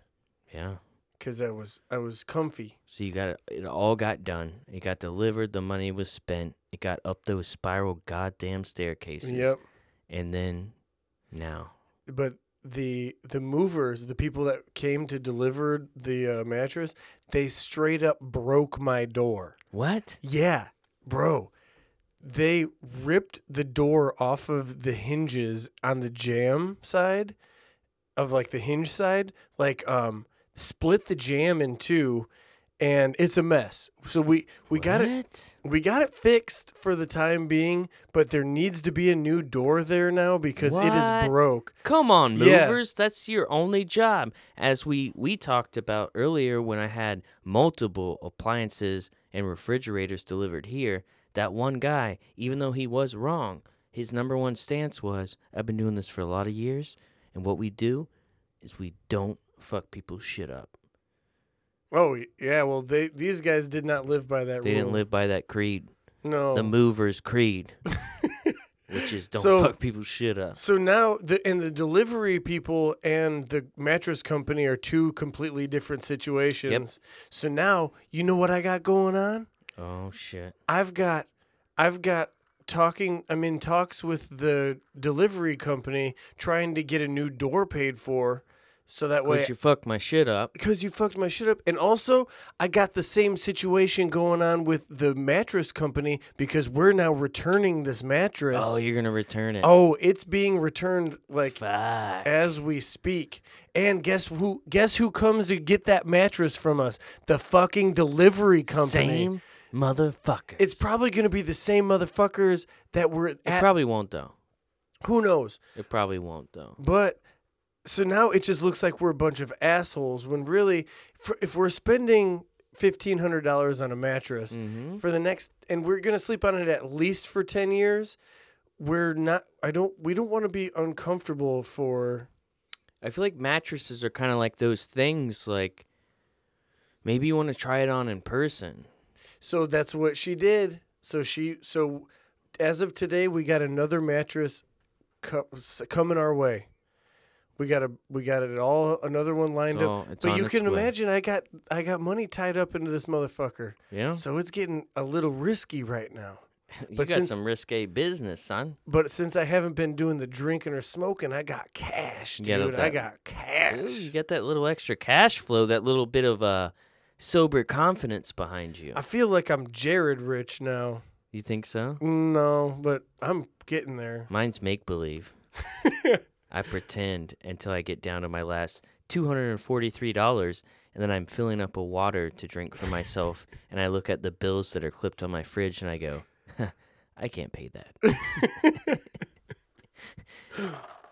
Speaker 3: Yeah.
Speaker 2: cuz I was I was comfy.
Speaker 3: So you got it. It all got done. It got delivered. The money was spent. It got up those spiral goddamn staircases.
Speaker 2: Yep.
Speaker 3: And then now.
Speaker 2: but the the movers, the people that came to deliver the uh, mattress, they straight up broke my door.
Speaker 3: What?
Speaker 2: Yeah, bro. they ripped the door off of the hinges on the jam side of like the hinge side, like um split the jam in two and it's a mess. So we we got it
Speaker 3: What?
Speaker 2: we got it fixed for the time being, but there needs to be a new door there now because it
Speaker 3: What?
Speaker 2: is broke.
Speaker 3: Come on,
Speaker 2: Yeah.
Speaker 3: movers. That's your only job. As we we talked about earlier when I had multiple appliances and refrigerators delivered here, that one guy, even though he was wrong, his number one stance was I've been doing this for a lot of years and what we do is we don't fuck people's shit up.
Speaker 2: Oh yeah, well they these guys did not live by that
Speaker 3: They
Speaker 2: rule.
Speaker 3: didn't live by that creed.
Speaker 2: no
Speaker 3: The movers creed. which is don't
Speaker 2: So-
Speaker 3: fuck people's shit up.
Speaker 2: So now the and the delivery people and the mattress company are two completely different situations. So now you know what I got going on?
Speaker 3: Oh shit.
Speaker 2: I've got I've got talking I'm in talks with the delivery company trying to get a new door paid for so that way
Speaker 3: Cause you fuck my shit up.
Speaker 2: because you fucked my shit up. And also, I got the same situation going on with the mattress company because we're now returning this mattress.
Speaker 3: Oh, you're gonna return it.
Speaker 2: Oh, it's being returned like
Speaker 3: fuck.
Speaker 2: as we speak. And guess who guess who comes to get that mattress from us? The fucking delivery company.
Speaker 3: Same motherfucker.
Speaker 2: It's probably going to be the same motherfuckers that were
Speaker 3: it
Speaker 2: at
Speaker 3: probably won't though.
Speaker 2: who knows.
Speaker 3: It probably won't though.
Speaker 2: But so now it just looks like we're a bunch of assholes when really for, if we're spending $1500 on a mattress
Speaker 3: Mm-hmm.
Speaker 2: for the next and we're going to sleep on it at least for 10 years, we're not I don't we don't want to be uncomfortable for
Speaker 3: I feel like mattresses are kind of like those things. Like maybe you want to try it on in person.
Speaker 2: So that's what she did. So she so as of today, we got another mattress co- s- coming our way. We got a we got it all another one lined up.
Speaker 3: So it's
Speaker 2: But
Speaker 3: on
Speaker 2: you
Speaker 3: its
Speaker 2: can
Speaker 3: way.
Speaker 2: imagine, I got I got money tied up into this motherfucker.
Speaker 3: Yeah.
Speaker 2: So it's getting a little risky right now.
Speaker 3: you
Speaker 2: but
Speaker 3: got
Speaker 2: since-
Speaker 3: some risque business, son.
Speaker 2: But since I haven't been doing the drinking or smoking, I got cash,
Speaker 3: You got
Speaker 2: dude. I
Speaker 3: that-
Speaker 2: got
Speaker 3: Ooh, you
Speaker 2: cash.
Speaker 3: got that little extra cash flow. That little bit of uh, sober confidence behind you.
Speaker 2: I feel like I'm Jared rich now.
Speaker 3: You think so?
Speaker 2: No, but I'm getting there.
Speaker 3: Mine's make believe. I pretend until I get down to my last $243 and then I'm filling up a water to drink for myself and I look at the bills that are clipped on my fridge and I go, "Huh, I can't pay that.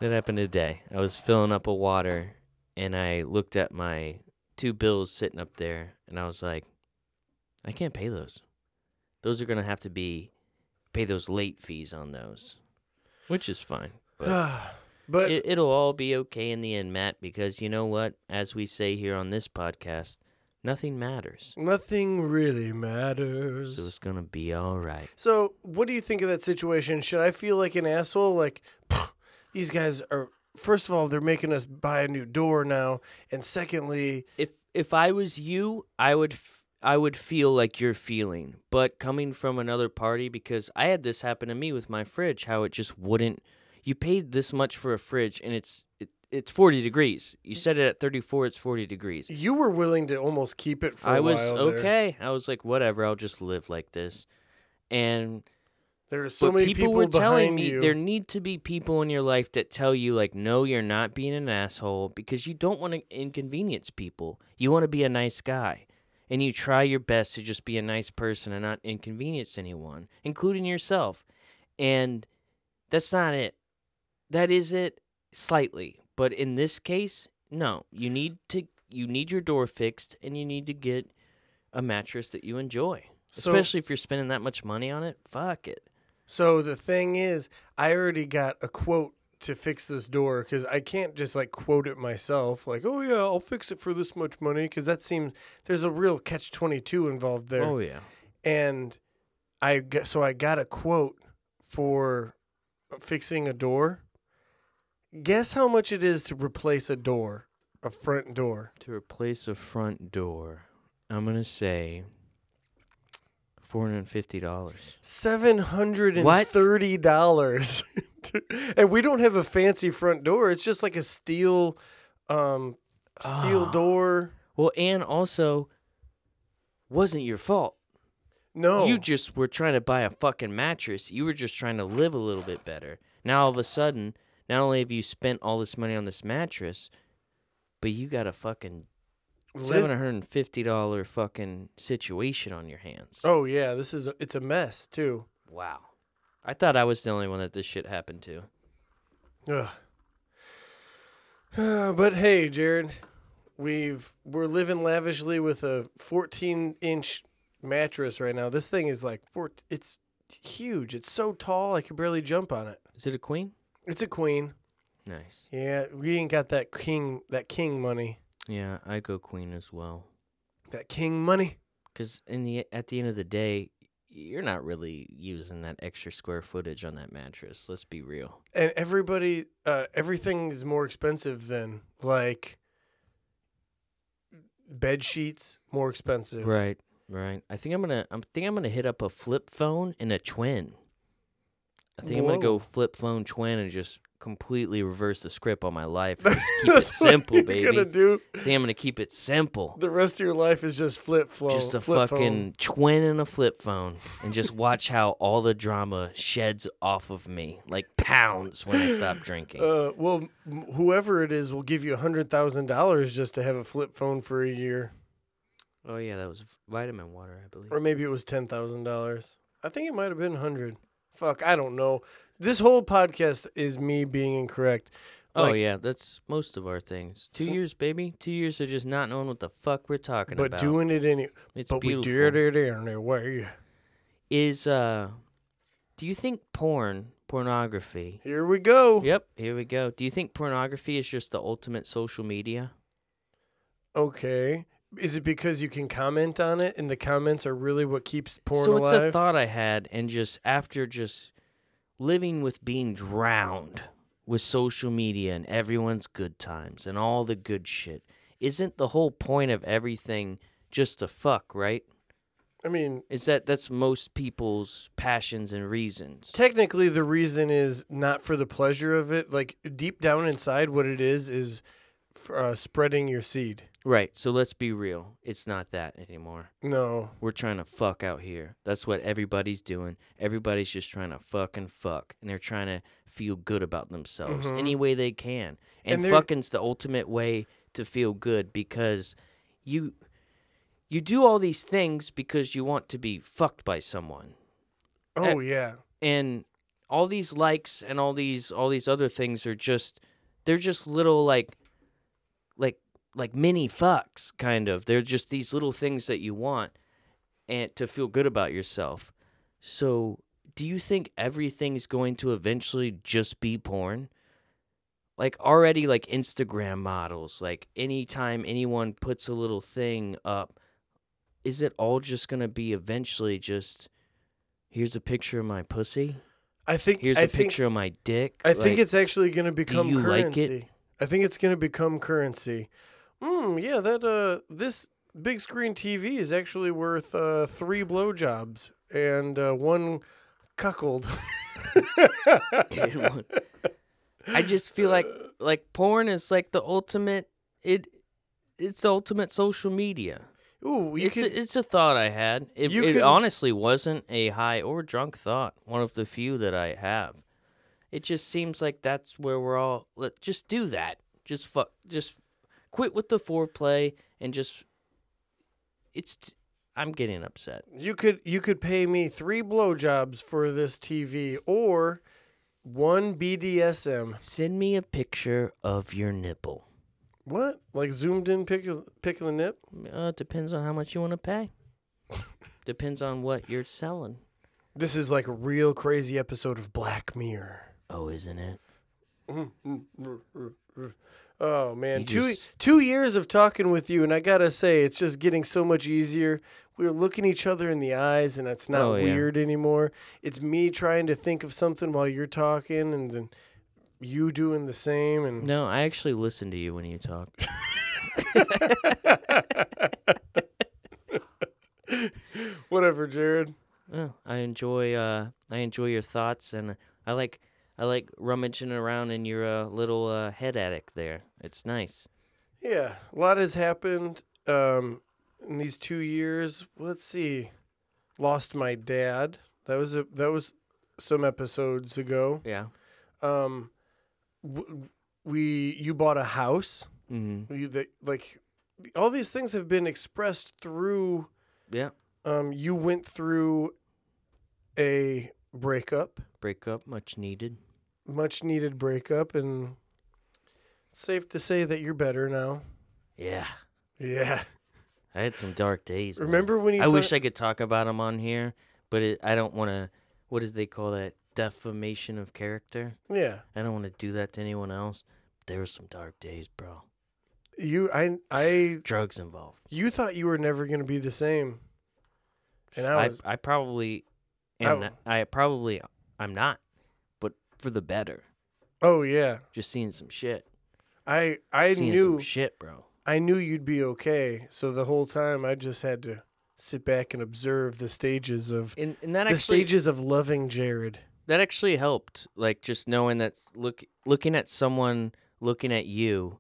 Speaker 3: that happened today. I was filling up a water and I looked at my two bills sitting up there and I was like, I can't pay those. Those are going to have to be pay those late fees on those. Which is fine. But
Speaker 2: but
Speaker 3: it, it'll all be okay in the end, Matt, because you know what? As we say here on this podcast, nothing matters.
Speaker 2: Nothing really
Speaker 3: So
Speaker 2: matters.
Speaker 3: it's going to be all right.
Speaker 2: So, what do you think of that situation? Should I feel like an asshole? Like, "Pff, these guys are, first of all, they're making us buy a new door now. And secondly,
Speaker 3: If if I was you, I would f- I would feel like you're feeling, but coming from another party because I had this happen to me with my fridge how it just wouldn't you paid this much for a fridge and it's it, it's 40 degrees. You set it at 34, it's 40 degrees.
Speaker 2: you were willing to almost keep it for a
Speaker 3: I was
Speaker 2: while there.
Speaker 3: okay. I was like whatever, I'll just live like this. And
Speaker 2: There are so
Speaker 3: but
Speaker 2: many
Speaker 3: people, were telling
Speaker 2: behind
Speaker 3: me
Speaker 2: you.
Speaker 3: there need to be people in your life that tell you like no you're not being an asshole because you don't want to inconvenience people you want to be a nice guy and you try your best to just be a nice person and not inconvenience anyone including yourself and that's not it that is it slightly but in this case no you need to you need your door fixed and you need to get a mattress that you enjoy
Speaker 2: So-
Speaker 3: especially if you're spending that much money on it fuck it
Speaker 2: So the thing is, I already got a quote to fix this door because I can't just like quote it myself. Like, oh yeah, I'll fix it for this much money because that seems there's a real catch twenty two involved there.
Speaker 3: Oh yeah.
Speaker 2: and I got, so I got a quote for fixing a door. Guess how much it is to replace a door, a front door?
Speaker 3: To replace a front door, I'm gonna say four hundred and fifty dollars.
Speaker 2: Seven hundred and thirty dollars, and we don't have a fancy front door. It's just like a steel, um, steel
Speaker 3: Ah.
Speaker 2: door.
Speaker 3: Well, and also wasn't your fault.
Speaker 2: No.
Speaker 3: You just were trying to buy a fucking mattress. You were just trying to live a little bit better. Now all of a sudden, not only have you spent all this money on this mattress, but you got a fucking
Speaker 2: Li-
Speaker 3: seven hundred and fifty dollar fucking situation on your hands.
Speaker 2: Oh yeah, this is it's a mess too.
Speaker 3: Wow. I thought I was the only one that this shit happened to.
Speaker 2: Ugh. but hey, Jared, we've we're living lavishly with a 14 inch mattress right now. This thing is like four. It's huge. It's so tall I could barely jump on it.
Speaker 3: Is it a queen?
Speaker 2: It's a queen.
Speaker 3: Nice.
Speaker 2: Yeah, we ain't got that king that king money.
Speaker 3: Yeah, I go queen as well.
Speaker 2: That king money.
Speaker 3: Cause in the at the end of the day, you're not really using that extra square footage on that mattress. Let's be real.
Speaker 2: and everybody uh everything is more expensive than like bed sheets more expensive
Speaker 3: Right, right. I think I'm gonna. I'm think I'm gonna hit up a flip phone and a twin. I think I'm gonna go
Speaker 2: Whoa.
Speaker 3: flip phone twin and just completely reverse the script on my life. and just keep it simple,
Speaker 2: what
Speaker 3: baby.
Speaker 2: you're gonna do
Speaker 3: I think I'm gonna keep it simple.
Speaker 2: the rest of your life is just flip flow
Speaker 3: just a
Speaker 2: flip
Speaker 3: fucking
Speaker 2: phone.
Speaker 3: twin and a flip phone, and just watch how all the drama sheds off of me like pounds when I stop drinking.
Speaker 2: uh well m- whoever it is will give you a hundred thousand dollars just to have a flip phone for a year
Speaker 3: oh yeah, that was v- vitamin water, I believe.
Speaker 2: or maybe it was ten thousand dollars i think it might have been hundred fuck i don't know this whole podcast is me being incorrect
Speaker 3: Oh
Speaker 2: like-
Speaker 3: yeah, that's most of our things. Two
Speaker 2: So-
Speaker 3: years, baby. Two years of just not knowing what the fuck we're talking
Speaker 2: but
Speaker 3: about.
Speaker 2: doing it any
Speaker 3: it's
Speaker 2: but
Speaker 3: beautiful.
Speaker 2: we did it anyway
Speaker 3: is uh do you think porn pornography
Speaker 2: Here we go.
Speaker 3: yep here we go do you think pornography is just the ultimate social media
Speaker 2: Okay. Is it because you can comment on it and the comments are really what keeps porn
Speaker 3: so
Speaker 2: alive?
Speaker 3: it's a thought i had and just after just living with being drowned with social media and everyone's good times and all the good shit isn't the whole point of everything just to fuck right
Speaker 2: I mean,
Speaker 3: is that that's most people's passions and reasons
Speaker 2: technically the reason is not for the pleasure of it. Like deep down inside what it is is f- uh, spreading your seed.
Speaker 3: right so let's be real it's not that anymore
Speaker 2: No.
Speaker 3: we're trying to fuck out here. That's what everybody's doing. Everybody's just trying to fuck and fuck, and they're trying to feel good about themselves
Speaker 2: Mhm.
Speaker 3: any way they can.
Speaker 2: And
Speaker 3: And,
Speaker 2: they're-
Speaker 3: fucking's the ultimate way to feel good because you you do all these things because you want to be fucked by someone.
Speaker 2: Oh
Speaker 3: Eh,
Speaker 2: yeah.
Speaker 3: And all these likes and all these all these other things are just they're just little like like like mini fucks kind of they're just these little things that you want and to feel good about yourself so do you think everything's going to eventually just be porn like already like instagram models like anytime anyone puts a little thing up is it all just going to be eventually just here's a picture of my pussy
Speaker 2: I think
Speaker 3: here's
Speaker 2: I
Speaker 3: a
Speaker 2: think
Speaker 3: picture of my dick
Speaker 2: I think
Speaker 3: Like-
Speaker 2: it's actually going to become
Speaker 3: you like it?
Speaker 2: currency. I think it's going to become currency. Mm, yeah, that uh this big screen TV is actually worth uh 3 blowjobs and uh, one cuckold.
Speaker 3: It won't. I just feel like like porn is like the ultimate it it's the ultimate social media.
Speaker 2: Ooh, you
Speaker 3: It's
Speaker 2: could,
Speaker 3: a, it's a thought I had. It,
Speaker 2: you
Speaker 3: it
Speaker 2: could-
Speaker 3: honestly wasn't a high or drunk thought. One of the few that I have. It just seems like that's where we're all. Let just do that. Just fuck. Just quit with the foreplay and just. It's. t- I'm getting upset.
Speaker 2: you could you could pay me 3 blowjobs for this TV or one BDSM.
Speaker 3: Send me a picture of your nipple.
Speaker 2: What? Like zoomed in pick pick the nip?
Speaker 3: Uh, depends on how much you want to pay. depends on what you're selling.
Speaker 2: This is like a real crazy episode of Black Mirror.
Speaker 3: Oh, isn't it?
Speaker 2: Oh man,
Speaker 3: You
Speaker 2: two
Speaker 3: just-
Speaker 2: two years of talking with you, and I gotta say, it's just getting so much easier. We're looking each other in the eyes, and it's not
Speaker 3: Oh, yeah.
Speaker 2: weird anymore. It's me trying to think of something while you're talking, and then you doing the same. And
Speaker 3: No, I actually listen to you when you talk.
Speaker 2: whatever, Jared.
Speaker 3: Oh, I enjoy uh, I enjoy your thoughts, and I like I like rummaging around in your uh, little uh, head attic there. It's nice.
Speaker 2: Yeah, a lot has happened um, in these two years. Let's see. Lost my dad. That was a, that was some episodes ago.
Speaker 3: Yeah.
Speaker 2: Um, w- we you bought a house.
Speaker 3: hmm
Speaker 2: You that like all these things have been expressed through.
Speaker 3: Yeah.
Speaker 2: Um, you went through a breakup,
Speaker 3: Breakup, much needed.
Speaker 2: much needed breakup, and it's safe to say that you're better now.
Speaker 3: Yeah.
Speaker 2: Yeah.
Speaker 3: I had some dark days. man.
Speaker 2: Remember when you?
Speaker 3: I
Speaker 2: fir-
Speaker 3: wish I could talk about them on here, but it, I don't want to. What does they call that? Defamation of character.
Speaker 2: yeah.
Speaker 3: I don't want to do that to anyone else. There were some dark days, bro.
Speaker 2: You. I. I.
Speaker 3: Drugs involved.
Speaker 2: You thought you were never going to be the same. And I was.
Speaker 3: I, probably
Speaker 2: I
Speaker 3: am.
Speaker 2: w-
Speaker 3: not- I, probably I'm not, but for the better.
Speaker 2: oh yeah.
Speaker 3: Just seeing some shit.
Speaker 2: I. I
Speaker 3: seeing
Speaker 2: knew.
Speaker 3: some shit, bro.
Speaker 2: I knew you'd be okay. So the whole time, I just had to sit back and observe the stages of
Speaker 3: And and that
Speaker 2: the
Speaker 3: actually
Speaker 2: stages of loving Jared.
Speaker 3: that actually helped. Like just knowing that look looking at someone looking at you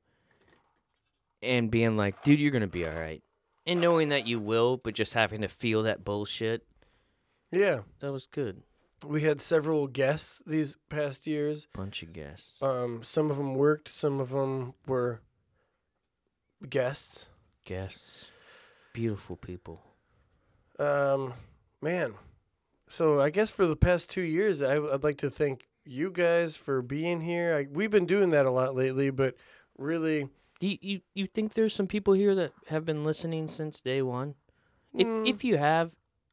Speaker 3: and being like, dude, you're gonna be all right. And knowing that you will, but just having to feel that bullshit,
Speaker 2: Yeah.
Speaker 3: that was good.
Speaker 2: We had several guests these past years.
Speaker 3: Bunch of guests.
Speaker 2: Um, some of them worked. Some of them were guests.
Speaker 3: guests. Beautiful people.
Speaker 2: Um, man. So I guess for the past two years, I, I'd like to thank you guys for being here. I, we've been doing that a lot lately, but really,
Speaker 3: Do you, you, you think there's some people here that have been listening since day one? If
Speaker 2: Mm.
Speaker 3: if you have,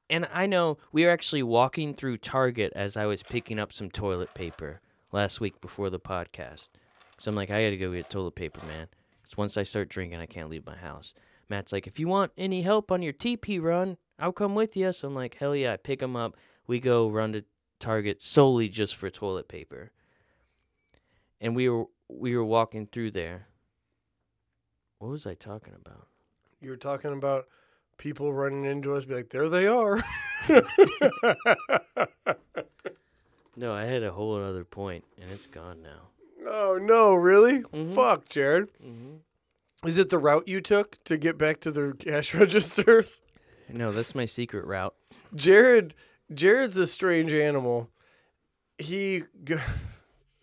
Speaker 3: and I know we were actually walking through Target as I was picking up some toilet paper last week before the podcast. So I'm like, I gotta go get toilet paper, man. Because once I start drinking, I can't leave my house. Matt's like, if you want any help on your TP run, I'll come with you. So I'm like, hell yeah, I pick him up. We go run to Target solely just for toilet paper. And we were we were walking through there. What was I talking about?
Speaker 2: you were talking about people running into us, be like, there they are.
Speaker 3: No, I had a whole other point, and it's gone now.
Speaker 2: oh, no, really?
Speaker 3: Mhm.
Speaker 2: Fuck, Jared.
Speaker 3: Mm-hmm.
Speaker 2: Is it the route you took to get back to the cash registers?
Speaker 3: No, that's my secret route.
Speaker 2: Jared, Jared's a strange animal. He, g-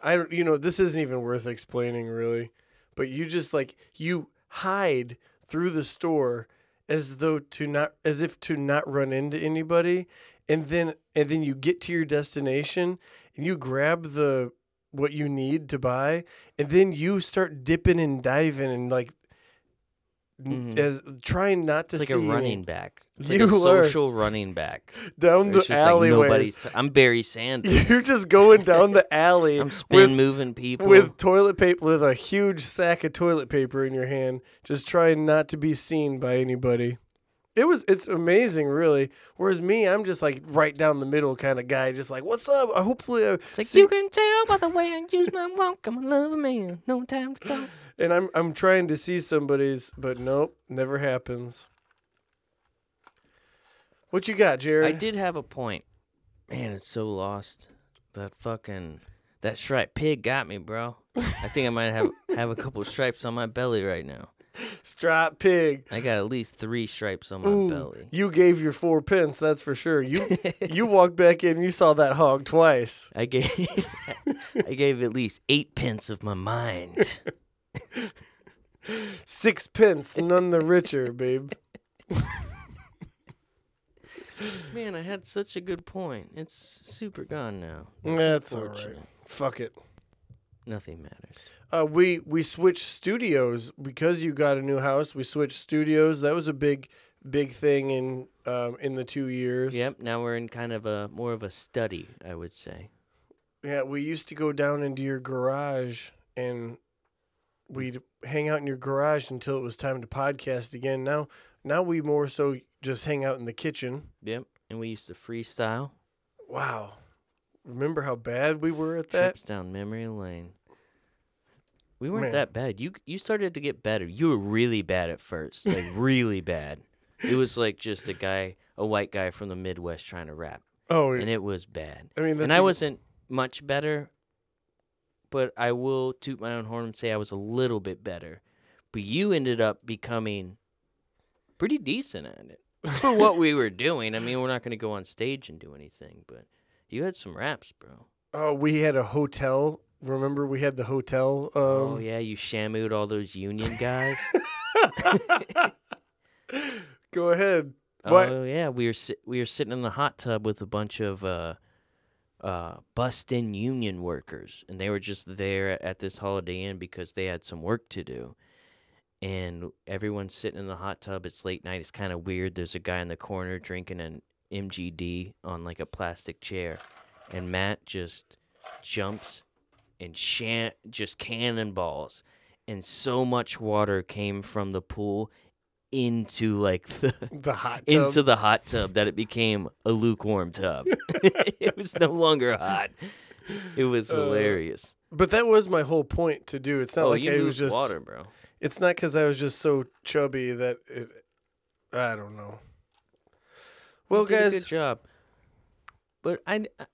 Speaker 2: I don't, you know, this isn't even worth explaining really, but you just like you hide through the store as though to not, as if to not run into anybody, and then and then you get to your destination and you grab the what you need to buy, and then you start dipping and diving and like. n-
Speaker 3: Mhm.
Speaker 2: As trying not to
Speaker 3: It's like
Speaker 2: see
Speaker 3: a
Speaker 2: any-
Speaker 3: running back. It's like
Speaker 2: You
Speaker 3: a
Speaker 2: are-
Speaker 3: social running back.
Speaker 2: down
Speaker 3: It's
Speaker 2: the
Speaker 3: just like
Speaker 2: alleyways.
Speaker 3: nobody's. I'm Barry Sanders.
Speaker 2: You're just going down the alley
Speaker 3: I'm
Speaker 2: with
Speaker 3: spin moving people.
Speaker 2: with toilet paper with a huge sack of toilet paper in your hand, just trying not to be seen by anybody. It was it's amazing, really. Whereas me, I'm just like right down the middle kind of guy, just like what's up. I hopefully, I
Speaker 3: it's like
Speaker 2: see-
Speaker 3: you can tell by the way I use my walk. I'm a lover man. No time to talk.
Speaker 2: and I'm I'm trying to see somebody's, but nope, never happens. What you got,
Speaker 3: I
Speaker 2: Jared?
Speaker 3: did have a point. Man, it's so lost. That fucking that striped pig got me, bro. I think I might have have a couple stripes on my belly right now.
Speaker 2: Strap pig.
Speaker 3: I got at least three stripes on my
Speaker 2: Ooh,
Speaker 3: belly.
Speaker 2: You gave your four pence, that's for sure. You you walked back in, you saw that hog twice.
Speaker 3: I gave I gave at least eight pence of my mind.
Speaker 2: Six pence, none the richer, babe.
Speaker 3: Man, I had such a good point. It's super gone now.
Speaker 2: That's all right.
Speaker 3: unfortunate.
Speaker 2: Fuck it.
Speaker 3: Nothing matters.
Speaker 2: Uh, we we switched studios because you got a new house. We switched studios. That was a big big thing in um, in the two years.
Speaker 3: Yep. Now we're in kind of a more of a study, I would say.
Speaker 2: Yeah, we used to go down into your garage and we'd hang out in your garage until it was time to podcast again. Now now we more so just hang out in the kitchen.
Speaker 3: Yep. And we used to freestyle
Speaker 2: Wow. Remember how bad we were at that?
Speaker 3: trips down memory lane. We weren't
Speaker 2: Man.
Speaker 3: that bad. You you started to get better. You were really bad at first, like really bad. It was like just a guy, a white guy from the Midwest trying to rap,
Speaker 2: Oh,
Speaker 3: and it was bad.
Speaker 2: I mean, that's
Speaker 3: and I
Speaker 2: a-
Speaker 3: wasn't much better, but I will toot my own horn and say I was a little bit better. But you ended up becoming pretty decent at it. for what we were doing. I mean, we're not going to go on stage and do anything, but you had some raps, bro.
Speaker 2: Oh, we had a hotel. Remember, we had the hotel. Um,
Speaker 3: oh yeah, you shamued all those union guys.
Speaker 2: Go ahead. What?
Speaker 3: Oh yeah, we were si- we were sitting in the hot tub with a bunch of uh, uh, bust-in union workers, and they were just there at this Holiday Inn because they had some work to do. And everyone's sitting in the hot tub. It's late night. It's kind of weird. There's a guy in the corner drinking an MGD on like a plastic chair, and Matt just jumps and shan- just cannonballs, and so much water came from the pool into like the
Speaker 2: The hot tub.
Speaker 3: into the hot tub that it became a lukewarm tub. it was no longer hot. It was
Speaker 2: Uh,
Speaker 3: hilarious.
Speaker 2: but that was my whole point to do. It's not
Speaker 3: oh,
Speaker 2: like
Speaker 3: you
Speaker 2: I was
Speaker 3: moved
Speaker 2: just.
Speaker 3: water, bro.
Speaker 2: It's not because I was just so chubby that it. I don't know. Well,
Speaker 3: You did a
Speaker 2: guys,
Speaker 3: good job. But I, I-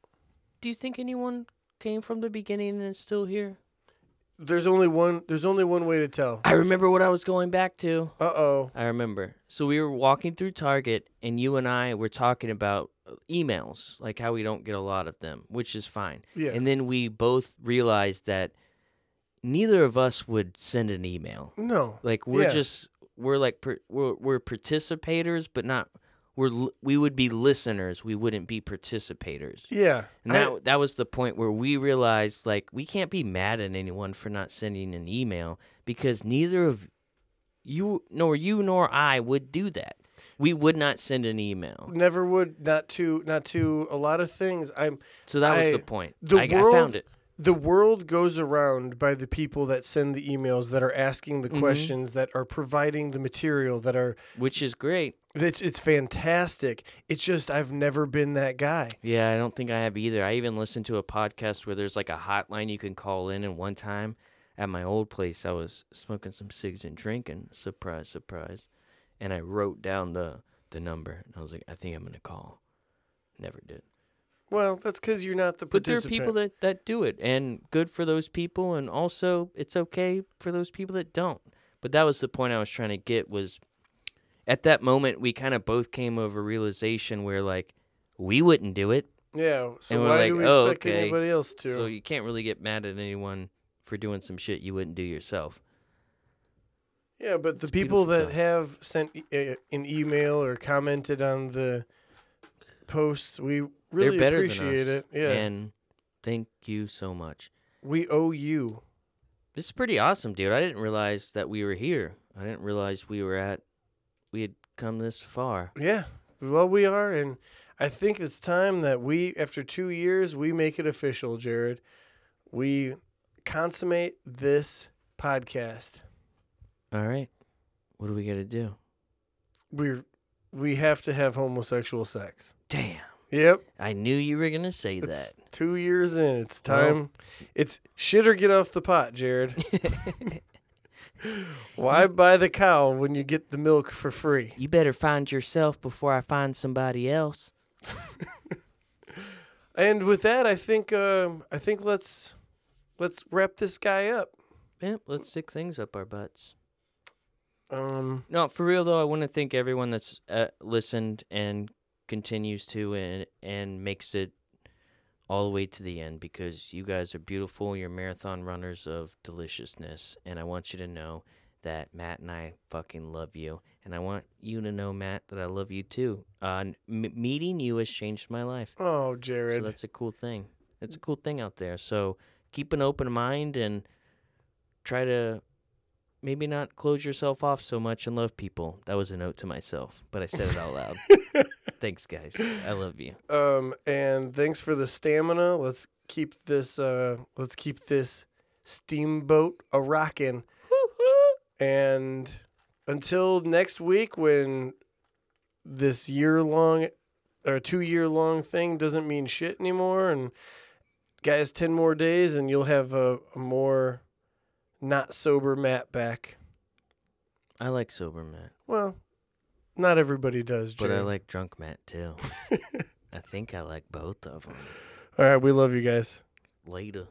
Speaker 3: do you think anyone came from the beginning and is still here?
Speaker 2: there's only one. There's only one way to tell.
Speaker 3: I remember what I was going back to.
Speaker 2: Uh oh.
Speaker 3: I remember. So we were walking through Target, and you and I were talking about uh, emails, like how we don't get a lot of them, which is fine.
Speaker 2: Yeah.
Speaker 3: And then we both realized that neither of us would send an email.
Speaker 2: no.
Speaker 3: Like we're
Speaker 2: Yeah.
Speaker 3: just we're like par- we're we're participators, but not we're l- we would be listeners. We wouldn't be participators.
Speaker 2: Yeah.
Speaker 3: And
Speaker 2: I-
Speaker 3: that that was the point where we realized like we can't be mad at anyone for not sending an email because neither of you nor you nor I would do that. We would not send an email.
Speaker 2: never would. Not to. Not to. A lot of things. I'm.
Speaker 3: So that was
Speaker 2: I-
Speaker 3: the point.
Speaker 2: the
Speaker 3: I, I
Speaker 2: world-
Speaker 3: found it.
Speaker 2: the world goes around by the people that send the emails that are asking the
Speaker 3: Mhm.
Speaker 2: questions that are providing the material that are
Speaker 3: Which is great.
Speaker 2: it's it's fantastic it's just i've never been that guy
Speaker 3: Yeah, I don't think I have either. I even listened to a podcast where there's like a hotline you can call in. And one time at my old place, I was smoking some cigs and drinking. Surprise, surprise. And I wrote down the the number, and I was like, I think I'm gonna call. Never did.
Speaker 2: well that's because you're not the
Speaker 3: But there are
Speaker 2: participant
Speaker 3: people that that do it, and good for those people. And also, it's okay for those people that don't. But that was the point I was trying to get was, at that moment, we kind of both came over realization where like we wouldn't do it.
Speaker 2: yeah so
Speaker 3: and we're
Speaker 2: why
Speaker 3: like,
Speaker 2: do we
Speaker 3: "Oh,
Speaker 2: expect
Speaker 3: okay."
Speaker 2: anybody else to
Speaker 3: So you can't really get mad at anyone for doing some shit you wouldn't do yourself.
Speaker 2: yeah but the
Speaker 3: It's
Speaker 2: people
Speaker 3: beautiful,
Speaker 2: that
Speaker 3: though.
Speaker 2: have sent e- uh, an email or commented on the posts we
Speaker 3: They're
Speaker 2: really
Speaker 3: better
Speaker 2: appreciate
Speaker 3: than us.
Speaker 2: it yeah
Speaker 3: And thank you so much.
Speaker 2: we owe you
Speaker 3: This is pretty awesome, dude. I didn't realize that we were here. I didn't realize we were at we had come this far.
Speaker 2: Yeah. Well, we are. And I think it's time that we, after two years, we make it official, Jared. We consummate this podcast.
Speaker 3: All right. What do we got to do?
Speaker 2: We're, we have to have homosexual sex.
Speaker 3: Damn.
Speaker 2: Yep.
Speaker 3: I knew you were going to say
Speaker 2: It's
Speaker 3: that.
Speaker 2: two years in. It's
Speaker 3: Well-
Speaker 2: time. it's shit or get off the pot, Jared. Why buy the cow when you get the milk for free?
Speaker 3: you better find yourself before I find somebody else.
Speaker 2: And with that, I think um, I think let's let's wrap this guy up.
Speaker 3: Yep, let's stick things up our butts.
Speaker 2: Um,
Speaker 3: No, for real though, I want to thank everyone that's uh, listened and continues to and and makes it all the way to the end because you guys are beautiful. You're marathon runners of deliciousness, and I want you to know that Matt and I fucking love you, and I want you to know, Matt, that I love you too. Uh, n- m- meeting you has changed my life.
Speaker 2: oh, Jared.
Speaker 3: So that's a cool thing. That's a cool thing out there. So keep an open mind and try to maybe not close yourself off so much and love people. That was a note to myself, but I said it out loud. Thanks, guys. I love you.
Speaker 2: Um, and thanks for the stamina. Let's keep this. Uh, let's keep this steamboat a rocking. And until next week, when this year long or two year long thing doesn't mean shit anymore, and guys, ten more days, and you'll have a, a more not sober Matt back.
Speaker 3: I like sober Matt,
Speaker 2: Well, not everybody does,
Speaker 3: but I
Speaker 2: Jared.
Speaker 3: like drunk Matt too. I think I like both of them.
Speaker 2: All right, we love you guys.
Speaker 3: Later.